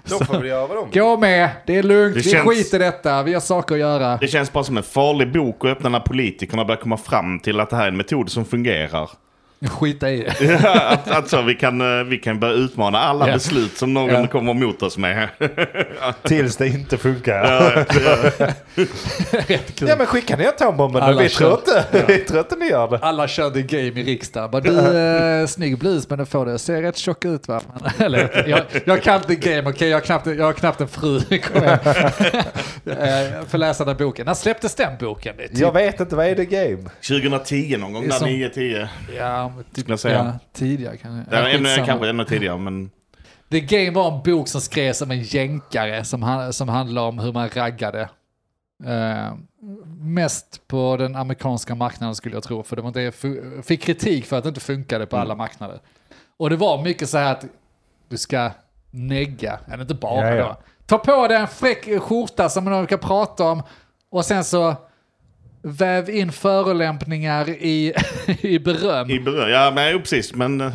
C: Då får vi göra vad de vill.
A: Gå med, det är lugnt,
B: Det
A: vi
B: känns-
A: skiter i detta, vi har saker att göra.
B: Det känns bara som en farlig bok att öppna när politikerna börjar komma fram till att det här är en metod som fungerar.
A: Skita i det.
B: att, att så, vi, kan, eh, vi kan börja utmana alla
A: Ja.
B: beslut som någon
A: Ja.
B: kommer mot oss med.
C: Tills det inte funkar. Ja,
A: Rätt kul.
C: men skicka ner atombomben
A: Alla
C: nu. Vi tror
A: kör.
C: inte, vi tror inte ni gör det.
A: Alla kör the game i riksdagen. Bara, du, eh, snygg blus, men den får det. Ser rätt tjock ut va? Men, Eller, jag, jag kan the game, okej? Jag, har knappt- jag har knappt en fru. Kom igen. Eh, jag får läsa den här boken. När släpptes den boken? Det är typ,
C: Jag vet inte, vad är det game?
B: 2010 någon gång,
A: Det är
B: där
A: som-
B: 9-10.
A: ja, men typ
B: Skulle jag säga.
A: Ja, tidigare kanske.
B: Det är
A: Ja,
B: ännu,
A: skitsamma.
B: kanske ännu tidigare, men...
A: The Game var en bok som skrevs som en jänkare som, han, som handlade om hur man raggade. Eh, mest på den amerikanska marknaden skulle jag tro, för det var inte, fu- fick kritik för att det inte funkade på
C: Mm.
A: alla marknader. Och det var mycket så här att du ska negga, eller inte bara
C: Ja, ja.
A: då. Ta på dig en fräck skjorta som man kan prata om och sen så väv in förolämpningar i, i beröm.
B: I berör, ja, men, jo, precis. Men eh,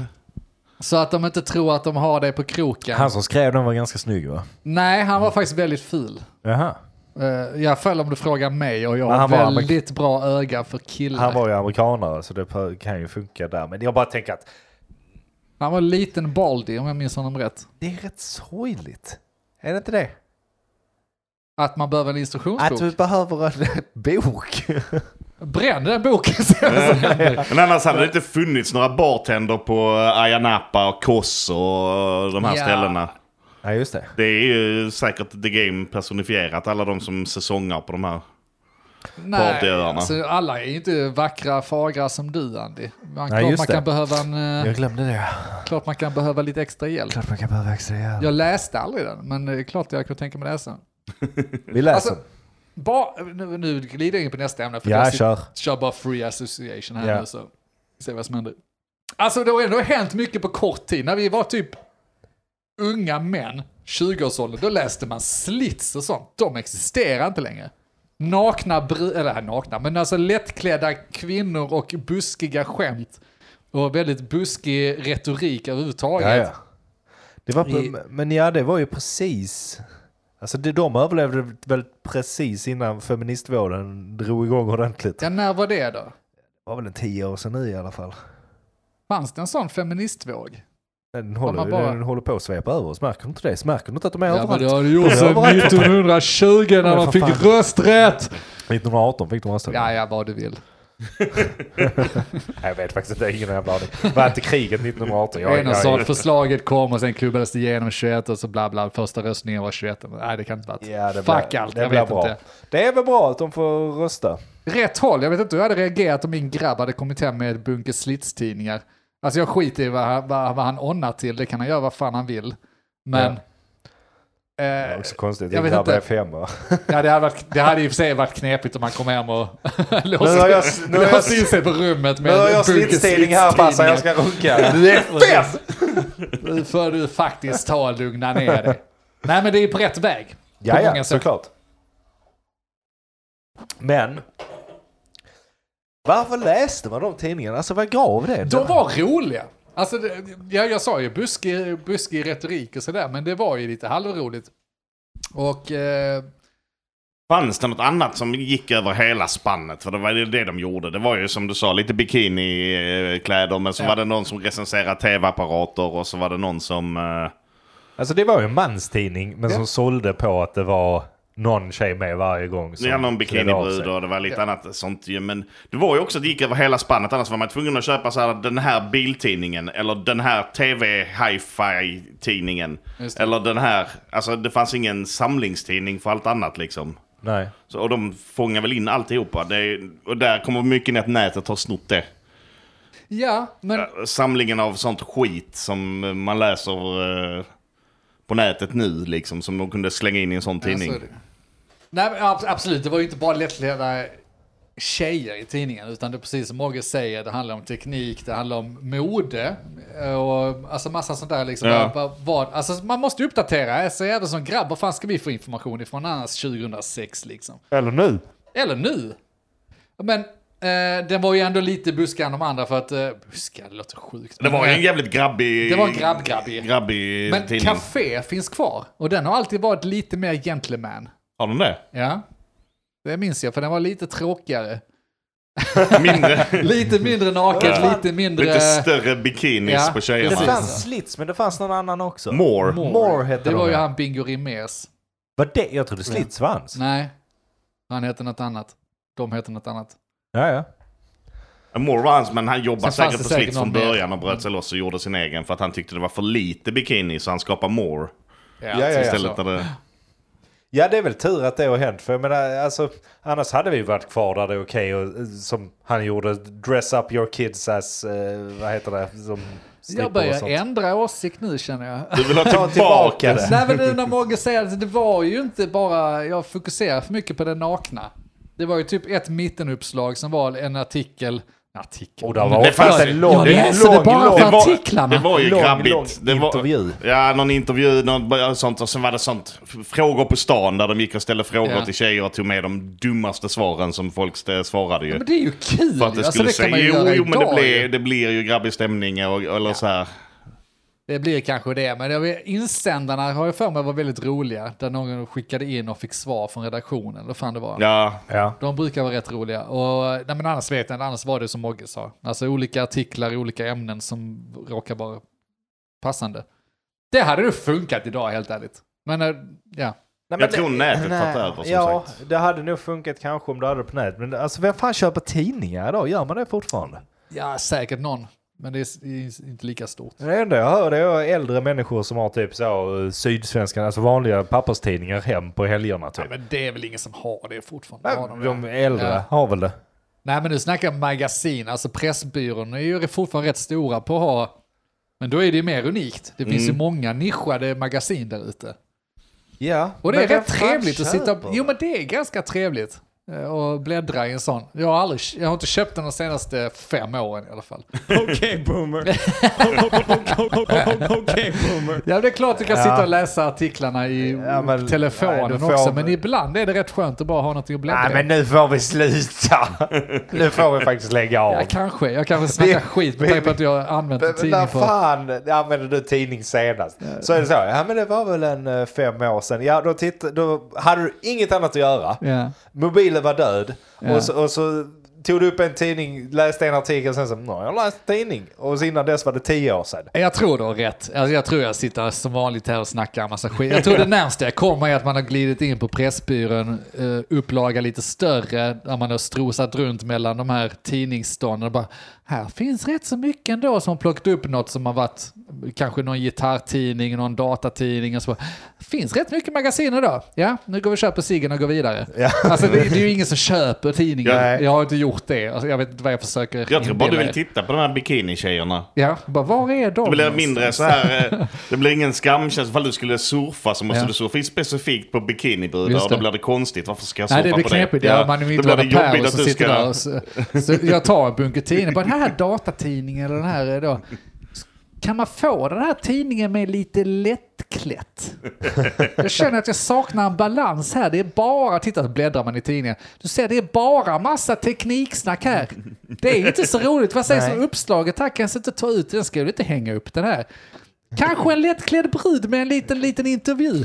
A: Så att de inte tror att de har dig på kroken.
C: Han som skrev den var ganska snygg va?
A: Nej, han var faktiskt väldigt ful.
C: Jaha.
A: Uh, I alla fall om du frågar mig och jag
C: Men
A: har
C: han var
A: väldigt bra öga för killar.
C: Han var ju amerikanare så det kan ju funka där. Men jag bara tänker att
A: han var en liten baldy om jag minns honom rätt.
C: det är rätt sorgligt. Är det inte det?
A: Att man behöver en instruktionsbok.
C: Att vi behöver en bok.
A: Bränn den boken. säger jag så.
B: Men annars hade det inte funnits några bartender på eh, Ayia Napa och Kos och de här
A: Ja.
B: ställena.
C: Ja, just det.
B: Det är ju säkert The Game personifierat, alla de som säsongar på de här.
A: Nej,
B: Partyöarna.
A: alltså, alla är inte vackra, fagra som du Andy. Man,
C: Nej,
A: klart
C: just
A: man
C: det.
A: kan behöva en, eh,
C: glömde det.
A: klart man kan behöva lite extra hjälp.
C: Klart man kan behöva extra hjälp.
A: Jag läste aldrig den, men det är klart jag kunde tänka mig läsa den.
C: Vi läser.
A: Alltså, ba, nu, nu glider jag in på nästa ämne. För
C: Ja,
A: jag sit-
C: kör.
A: kör bara free association här
C: Ja.
A: nu så se vad som händer. Alltså det har ändå hänt mycket på kort tid. När vi var typ unga män, 20-årsåldern, då läste man slits och sånt. De existerar inte längre. Nakna, br- eller nakna, men alltså lättklädda kvinnor och buskiga skämt. Och väldigt buskig retorik överhuvudtaget.
C: Ja, ja. Det var,
A: I-
C: Men ja, det var ju precis... Alltså det, de överlevde väl precis innan feministvågen drog igång ordentligt.
A: Ja, när var det då?
C: Det var väl en tio år sedan nu i alla fall.
A: Fanns det en sån feministvåg?
C: Den
A: man
C: håller,
A: bara-
C: den håller på att svepa över oss, märker du inte det? Märker du inte att de är
A: Ja, men
C: överallt?
A: det har det gjort
C: Det är
A: sedan
C: överallt.
A: 1920 när
C: Men
A: man
C: för
A: fick
C: fan.
A: rösträtt.
C: 1918 fick de rösträtt.
A: Ja, ja, vad du vill.
C: Nej, Jag vet faktiskt inte, ingen jävla aning. Var inte kriget 1918? Jag,
A: Ena sa att
C: jag,
A: förslaget kom och sen klubbades det igenom 21 och så bla bla. Första röstningen var 21. Men, nej, det kan inte vara
C: ja, det
A: Fuck
C: blir-
A: allt,
C: det
A: jag
C: blir
A: vet
C: bra.
A: inte.
C: Det är väl bra att de får rösta.
A: Rätt håll, jag vet inte hur jag hade reagerat om min grabb hade kommit hem med ett bunke slitstidningar. Alltså jag skiter i vad, han- vad, vad han onnar till, det kan han göra vad fan han vill. Men...
C: Det
A: Eh,
C: är också konstigt,
A: jag
C: jag
A: vet
C: grabbar
A: inte.
C: är fem va?
A: ja, det, hade varit, det hade i och för sig varit knepigt om han kom hem och
C: Nu har
A: låste
C: jag-
A: in-
C: nu har jag-
A: låste in sig på rummet
C: Nu
A: med
C: har jag
A: en bunke
C: slitstidning här Bassa, jag
A: slitstidningar.
C: ska runka. Du är fem!
A: Nu får du faktiskt ta och lugna ner dig. Nej men det är på rätt väg. På
C: Ja,
A: många
C: ja,
A: sätt.
C: såklart. Men. Varför läste man de tidningarna? Alltså vad gav det?
A: De var roliga. Alltså, det, jag, jag sa ju buskig, buskig retorik och sådär, men det var ju lite halvroligt. Och eh,
B: Fanns det något annat som gick över hela spannet? För det var ju det de gjorde. Det var ju som du sa, lite bikinikläder. Men så
A: Ja.
B: var det någon som recenserade tv-apparater och så var det någon som... eh,
C: Alltså det var ju en manstidning men som sålde på att det var någon tjej med varje gång.
B: Det var någon
C: klädde av sig.
B: bikinibrud och det var lite
A: Ja.
B: annat sånt ju. Men det var ju också att det gick över hela spannet. Annars var man tvungen att köpa så här, den här biltidningen. Eller den här tv-hi-fi-tidningen.
A: Just det.
B: Eller den här. Alltså det fanns ingen samlingstidning för allt annat liksom.
C: Nej.
B: Så, och de fångar väl in alltihopa. Det är, och där kommer mycket ner att nätet har snott det.
A: ja, men
B: samlingen av sånt skit som eh, man läser eh, på nätet nu liksom. Som de kunde slänga in i en sån tidning.
A: Ja, så är det. Nej, men ab- absolut. Det var ju inte bara lättklädda tjejer i tidningen, utan det är precis som Mogge säger, det handlar om teknik, det handlar om mode och alltså massa sånt där liksom.
B: Ja.
A: Vad- Vad, alltså man måste ju uppdatera, så även som grabb, vad fan ska vi få information ifrån annars 2006 liksom?
C: Eller nu.
A: Eller nu. Men eh, den var ju ändå lite buskad än de andra för att, eh, buskad det låter sjukt.
B: Det var ju
A: Men,
B: en jävligt grabbig...
A: Det var grabb-grabbig.
B: grabbig
A: Men
B: tidning.
A: Café finns kvar och den har alltid varit lite mer gentleman.
B: Har de det?
A: Ja, det minns jag för den var lite tråkigare.
B: Mindre,
A: Lite mindre naket,
C: Ja.
A: lite mindre...
B: lite större bikinis
A: Ja,
B: på
C: Det
B: tjejerna.
A: precis.
C: fanns Slits men det fanns någon annan också.
B: More.
C: More hette
A: Det
C: de,
A: var ju
C: ja.
A: han Bingo Rimérs.
C: Var det? Jag trodde Slits fanns.
A: Nej, han hette något annat. De hette något annat.
C: Ja, ja.
B: More var hans, men han jobbade
A: Sen
B: säkert
A: fanns
B: på
A: det säkert
B: Slits från
A: någon mer.
B: början och bröt sig loss och gjorde sin egen för att han tyckte det var för lite bikini så han skapade More.
C: ja, ja.
B: Istället när det...
C: Ja, det är väl tur att det har hänt. För jag menar, alltså, annars hade vi varit kvar där det är okej. och, eh, som han gjorde, dress up your kids as, eh, vad heter det? Som strippor
A: Jag
C: och
A: börjar
C: sånt.
A: ändra åsikt nu känner jag.
B: Du vill ha
C: Ta tillbaka
B: tillbaka det?
C: det.
A: Nej men nu när Mogge säger att det var ju inte bara, jag fokuserar för mycket på det nakna. Det var ju typ ett mittenuppslag som var en artikel, artikel.
C: Och där var
B: Det fanns
C: också
B: en
C: lång,
A: jag läste det
C: lång,
A: bara
C: lång,
A: för
B: Det var-
A: artiklarna.
B: Det var ju
C: Lång,
B: grabbigt.
C: lång
B: det var,
C: intervju.
B: Ja, någon intervju någon, sånt, och sen var det sånt. f- Frågor på stan där de gick och ställde frågor
A: Ja.
B: till tjejer och tog med de dummaste svaren som folk st- svarade ju.
A: Men det är ju kul
B: för att
A: ju.
B: det
A: alltså,
B: skulle
A: det kan man ju
B: säga,
A: göra
B: jo, jo men det
A: idag
B: blir,
A: ju.
B: det blir ju grabbig stämning och, eller så här.
A: Det blir kanske det, men jag vet, insändarna har jag för mig var väldigt roliga. Där någon skickade in och fick svar från redaktionen, eller vad fan det var.
B: Ja,
C: Ja.
A: De brukar vara rätt roliga. Och, nej, men annars vet jag inte, annars var det som Mogge sa. Alltså olika artiklar i olika ämnen som råkar vara passande. Det hade ju funkat idag helt ärligt. Men eh, ja,
C: Nej, men
B: Jag tror nätet fattar över, som
C: ja,
B: sagt.
C: det hade nog funkat kanske om du hade det på nätet. Men alltså, vem fan köper tidningar idag? Gör man det fortfarande?
A: ja säkert någon. Men det är s- det är inte lika stort.
C: Det enda jag hör det är äldre människor som har typ så eh, sydsvenskan, alltså vanliga papperstidningar hem på helgerna typ.
A: Nej, men det är väl ingen som har det fortfarande? Har
C: Nej,
A: de
C: de
A: det?
C: äldre
A: Ja.
C: har väl det.
A: Nej, men nu snackar jag magasin. Alltså Pressbyrån är ju fortfarande rätt stora på att ha... Men då är det ju mer unikt. Det finns
C: Mm.
A: ju många nischade magasin där ute.
C: Ja.
A: Och det är rätt trevligt att sitta... Jo, men det är ganska trevligt. eh, Och bläddra i en sån. Jag har, aldrig, jag har inte köpt den de senaste fem åren i alla fall.
E: Okej boomer. Okej boomer.
A: Ja, det är klart du kan sitta och läsa artiklarna i
C: Ja, men- nej,
A: telefonen
C: du får-
A: också. Men ibland är det rätt skönt att bara ha någonting att bläddra
C: Nej
A: i.
C: men nu får vi sluta. nu får vi faktiskt lägga av.
A: Ja, kanske. Jag kanske snackar
C: Vi-
A: skit med
C: vi-
A: tanke på att jag har använt en
C: Men
A: tidning
C: när
A: för...
C: fan använde du tidning senast? Så är det så, ja men det var väl en eh, fem år sedan. Ja då, titt, då hade du inget annat att göra.
A: Ja.
C: Mobilen var död.
A: Ja.
C: Och, så, och så tog du upp en tidning, läste en artikel och sen så, "Nå, jag har läst en tidning. Och så innan dess var det tio år sedan.
A: Jag tror du har rätt. Alltså, jag tror jag sitter som vanligt här och snackar en massa skit. Jag tror det närmaste jag kommer är att man har glidit in på Pressbyrån, eh, upplaga lite större, där man har strosat runt mellan de här tidningsstånden och bara, här finns rätt så mycket ändå som har plockat upp något som har varit kanske någon gitarrtidning, någon datatidning och så. bara, Finns rätt mycket magasin idag. Ja, nu går vi och köper ciggen och går vidare. Alltså det, det är ju ingen som köper tidningen.
C: Nej.
A: Jag har inte gjort det. Alltså, jag vet inte vad jag försöker
B: Jag tror bara du
A: inbilla
B: vill
A: er.
B: titta på de här bikinitjejerna.
A: Ja, bara var är de?
B: Det blir
A: någonstans?
B: mindre så här, eh, det blir ingen skamkänsla. Ifall du skulle surfa så måste
A: Ja.
B: du surfa i specifikt på bikinibrudar
A: Just
B: och då
A: det.
B: blir det konstigt. Varför ska jag surfa
A: Nej, det blir
B: på
A: knepigt.
B: det?
A: Ja, man är ju
B: då blir
A: inte
B: det
A: Värda Perro
B: jobbigt att
A: som
B: du
A: sitter där.
B: ska...
A: Och så, så jag tar en bunke tidningar. Bara den här datatidningen eller den här eh, då. Kan man få den här tidningen med lite lättklätt? Jag känner att jag saknar en balans här. Det är bara, titta så bläddrar man i tidningen. Du ser, det är bara massa tekniksnack här. Det är inte så roligt. Vad sägs om uppslaget här? Kan jag inte ta ut den? Ska jag inte hänga upp den här? Kanske en lättklädd brud med en liten, liten intervju.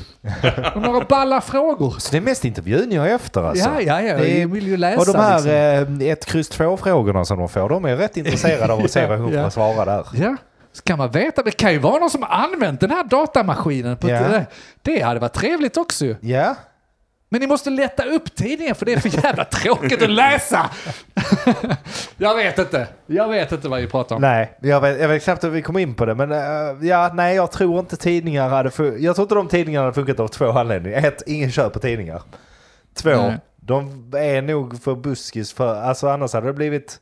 A: Och några balla frågor.
C: Så det är mest intervjun jag är efter alltså.
A: Ja, ja, ja.
C: Det är-
A: Jag vill ju läsa.
C: Och de här
A: liksom.
C: eh, ett kryss två frågorna som de får, de är rätt intresserade av att se vad hon
A: Ja.
C: får svara där.
A: Ja. Ska man veta? Det kan ju vara någon som har använt den här datamaskinen. På
C: Ja.
A: ett, det hade varit trevligt också ju.
C: Ja,
A: Men ni måste lätta upp tidningen för det är för jävla tråkigt att läsa. jag vet inte. Jag vet inte vad vi pratar om.
C: nej, jag vet, jag vet knappt hur vi kom in på det, men eh, ja, nej, jag tror inte tidningar hade funkat. Jag tror inte de tidningarna hade funkat av två anledningar. Ett, ingen köper tidningar. Två,
A: Nej.
C: de är nog för buskis för, alltså annars hade det blivit,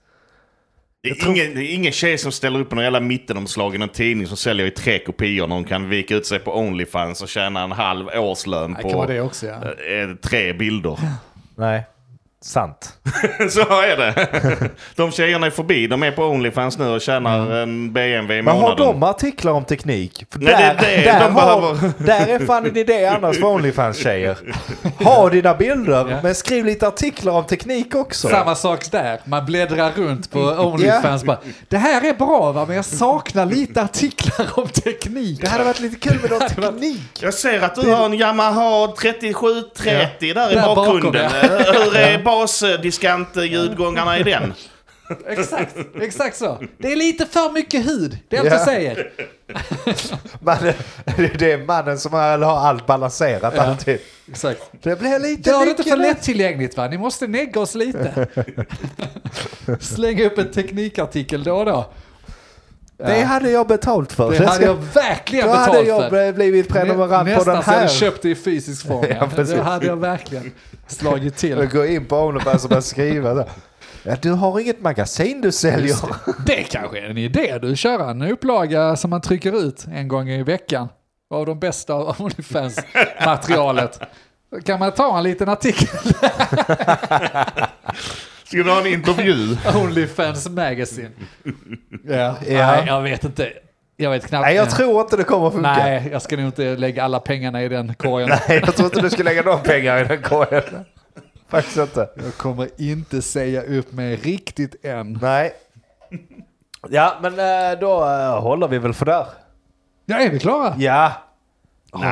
B: Det är, ingen, det är ingen tjej som ställer upp på någon jävla mittenomslag i någon tidning som säljer i tre kopior när hon kan vika ut sig på Onlyfans och tjäna en halv årslön
A: Det kan
B: på
A: vara det också ja.
B: eh, tre bilder.
C: nej, sant.
B: Så är det. De tjejerna är förbi. De är på Onlyfans nu och tjänar
A: Mm.
B: en BMW i
C: Men har
B: månaden.
C: de artiklar om teknik? För
B: Nej,
C: där,
B: det är det
C: där,
B: de
C: har,
B: behöver.
C: där är fan en idé annars för Onlyfans-tjejer. Ha dina bilder,
A: Ja.
C: men skriv lite artiklar om teknik också.
A: Samma sak där. Man bläddrar runt på Onlyfans bara. Det här är bra va, men jag saknar lite artiklar om teknik.
C: Det hade varit lite kul med någon teknik.
B: Jag ser att du har en Yamaha 3730 där i
A: Där bakom,
B: bakgrunden. Eh,
A: ja.
B: Hur är basdiskantljudgångarna i den?
A: Exakt, exakt så. Det är lite för mycket hud, det är allt jag
C: Ja.
A: säger.
C: Man, det är mannen som har allt balanserat alltid.
A: Exakt.
C: Det blir lite
A: Gör det inte för
C: mycket
A: lättillgängligt va? Ni måste negga oss lite. Slänga upp en teknikartikel då och då.
C: Det hade jag betalt för.
A: Det
C: Det
A: hade
C: ska-
A: jag verkligen
C: Då hade
A: betalt
C: jag
A: för.
C: blivit prenumerant på
A: Nästan
C: den
A: så jag hade
C: här.
A: köpt det i fysisk form.
C: Ja,
A: Ja,
C: precis.
A: det hade jag verkligen slagit till.
C: Jag går in på Onlyfans och börjar skriva. där. Ja, du har inget magasin du säljer.
A: Det kanske är en idé du, köra en upplaga som man trycker ut en gång i veckan. Av de bästa av Onlyfans-materialet. Då Kan man ta en liten artikel
B: Ska du ha en intervju?
A: Onlyfans Magazine. Ja.
C: Ja.
A: Nej, jag vet inte. Jag vet knappt.
C: Nej, jag tror inte det kommer funka.
A: Nej, jag ska nog inte lägga alla pengarna i den korgen.
C: Nej, jag tror inte du ska lägga några pengar i den korgen. Faktiskt inte.
A: Jag kommer inte säga upp mig riktigt än.
C: Nej. Ja, men eh, då eh, håller vi väl för där.
A: Ja, är vi klara?
C: Ja,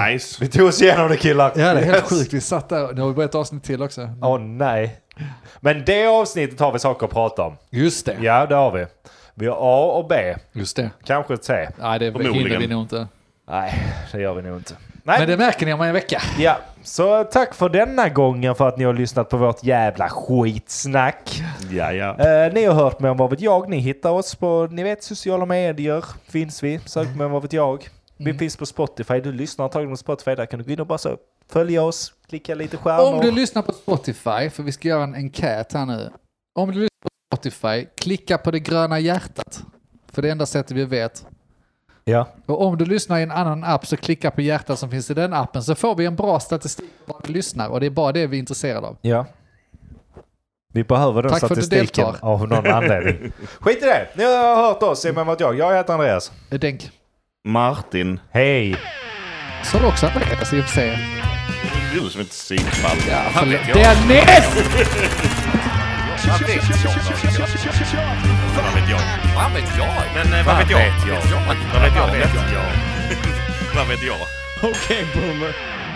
B: Nice.
C: vi tog oss igenom det killar.
A: Ja, det är helt
C: Yes.
A: sjukt. Vi satt där. Nu har vi börjat ett avsnitt till också.
C: Åh nej. Men det avsnittet har vi saker att prata om.
A: Just det.
C: Ja, det har vi. Vi har A och B.
A: Just det.
C: Kanske C.
A: Nej, det hinner vi
B: Förmodligen.
A: nog inte.
C: Nej, det gör vi nog inte. Nej.
A: Men det märker ni om en vecka.
C: Ja, så tack för denna gången för att ni har lyssnat på vårt jävla skitsnack.
B: Ja, ja.
C: Eh, ni har hört mig om vad vet jag. Ni hittar oss på, ni vet, sociala medier finns vi. Sök med vad vet jag. Vi
A: Mm.
C: finns på Spotify. Du lyssnar antagligen på Spotify. Där kan du gå in och bara så följa oss, klicka lite stjärnor.
A: Om du lyssnar på Spotify, för vi ska göra en enkät här nu. Om du lyssnar på Spotify, klicka på det gröna hjärtat. För det är enda sättet vi vet.
C: ja.
A: Och om du lyssnar i en annan app så klicka på hjärtat som finns i den appen så får vi en bra statistik på var du lyssnar och det är bara det vi är intresserade av.
C: ja. Vi behöver den
A: Tack för att du
C: statistiken
A: deltar.
C: av någon anledning. Skit i det! Ni har hört oss. Se med vad vet jag. Jag heter Andreas.
A: Denk.
B: Martin.
C: Hej!
A: Så du också Andreas i och för sig.
B: Det låter som ett psykfall.
A: Ja, förlåt. Det är näst!
D: Vad vet jag? Vad vet jag? Vad vet jag? Men eh, vad vet jag? Vad vet jag? Vad vet jag? Vad vet jag?
E: Okay, boomer.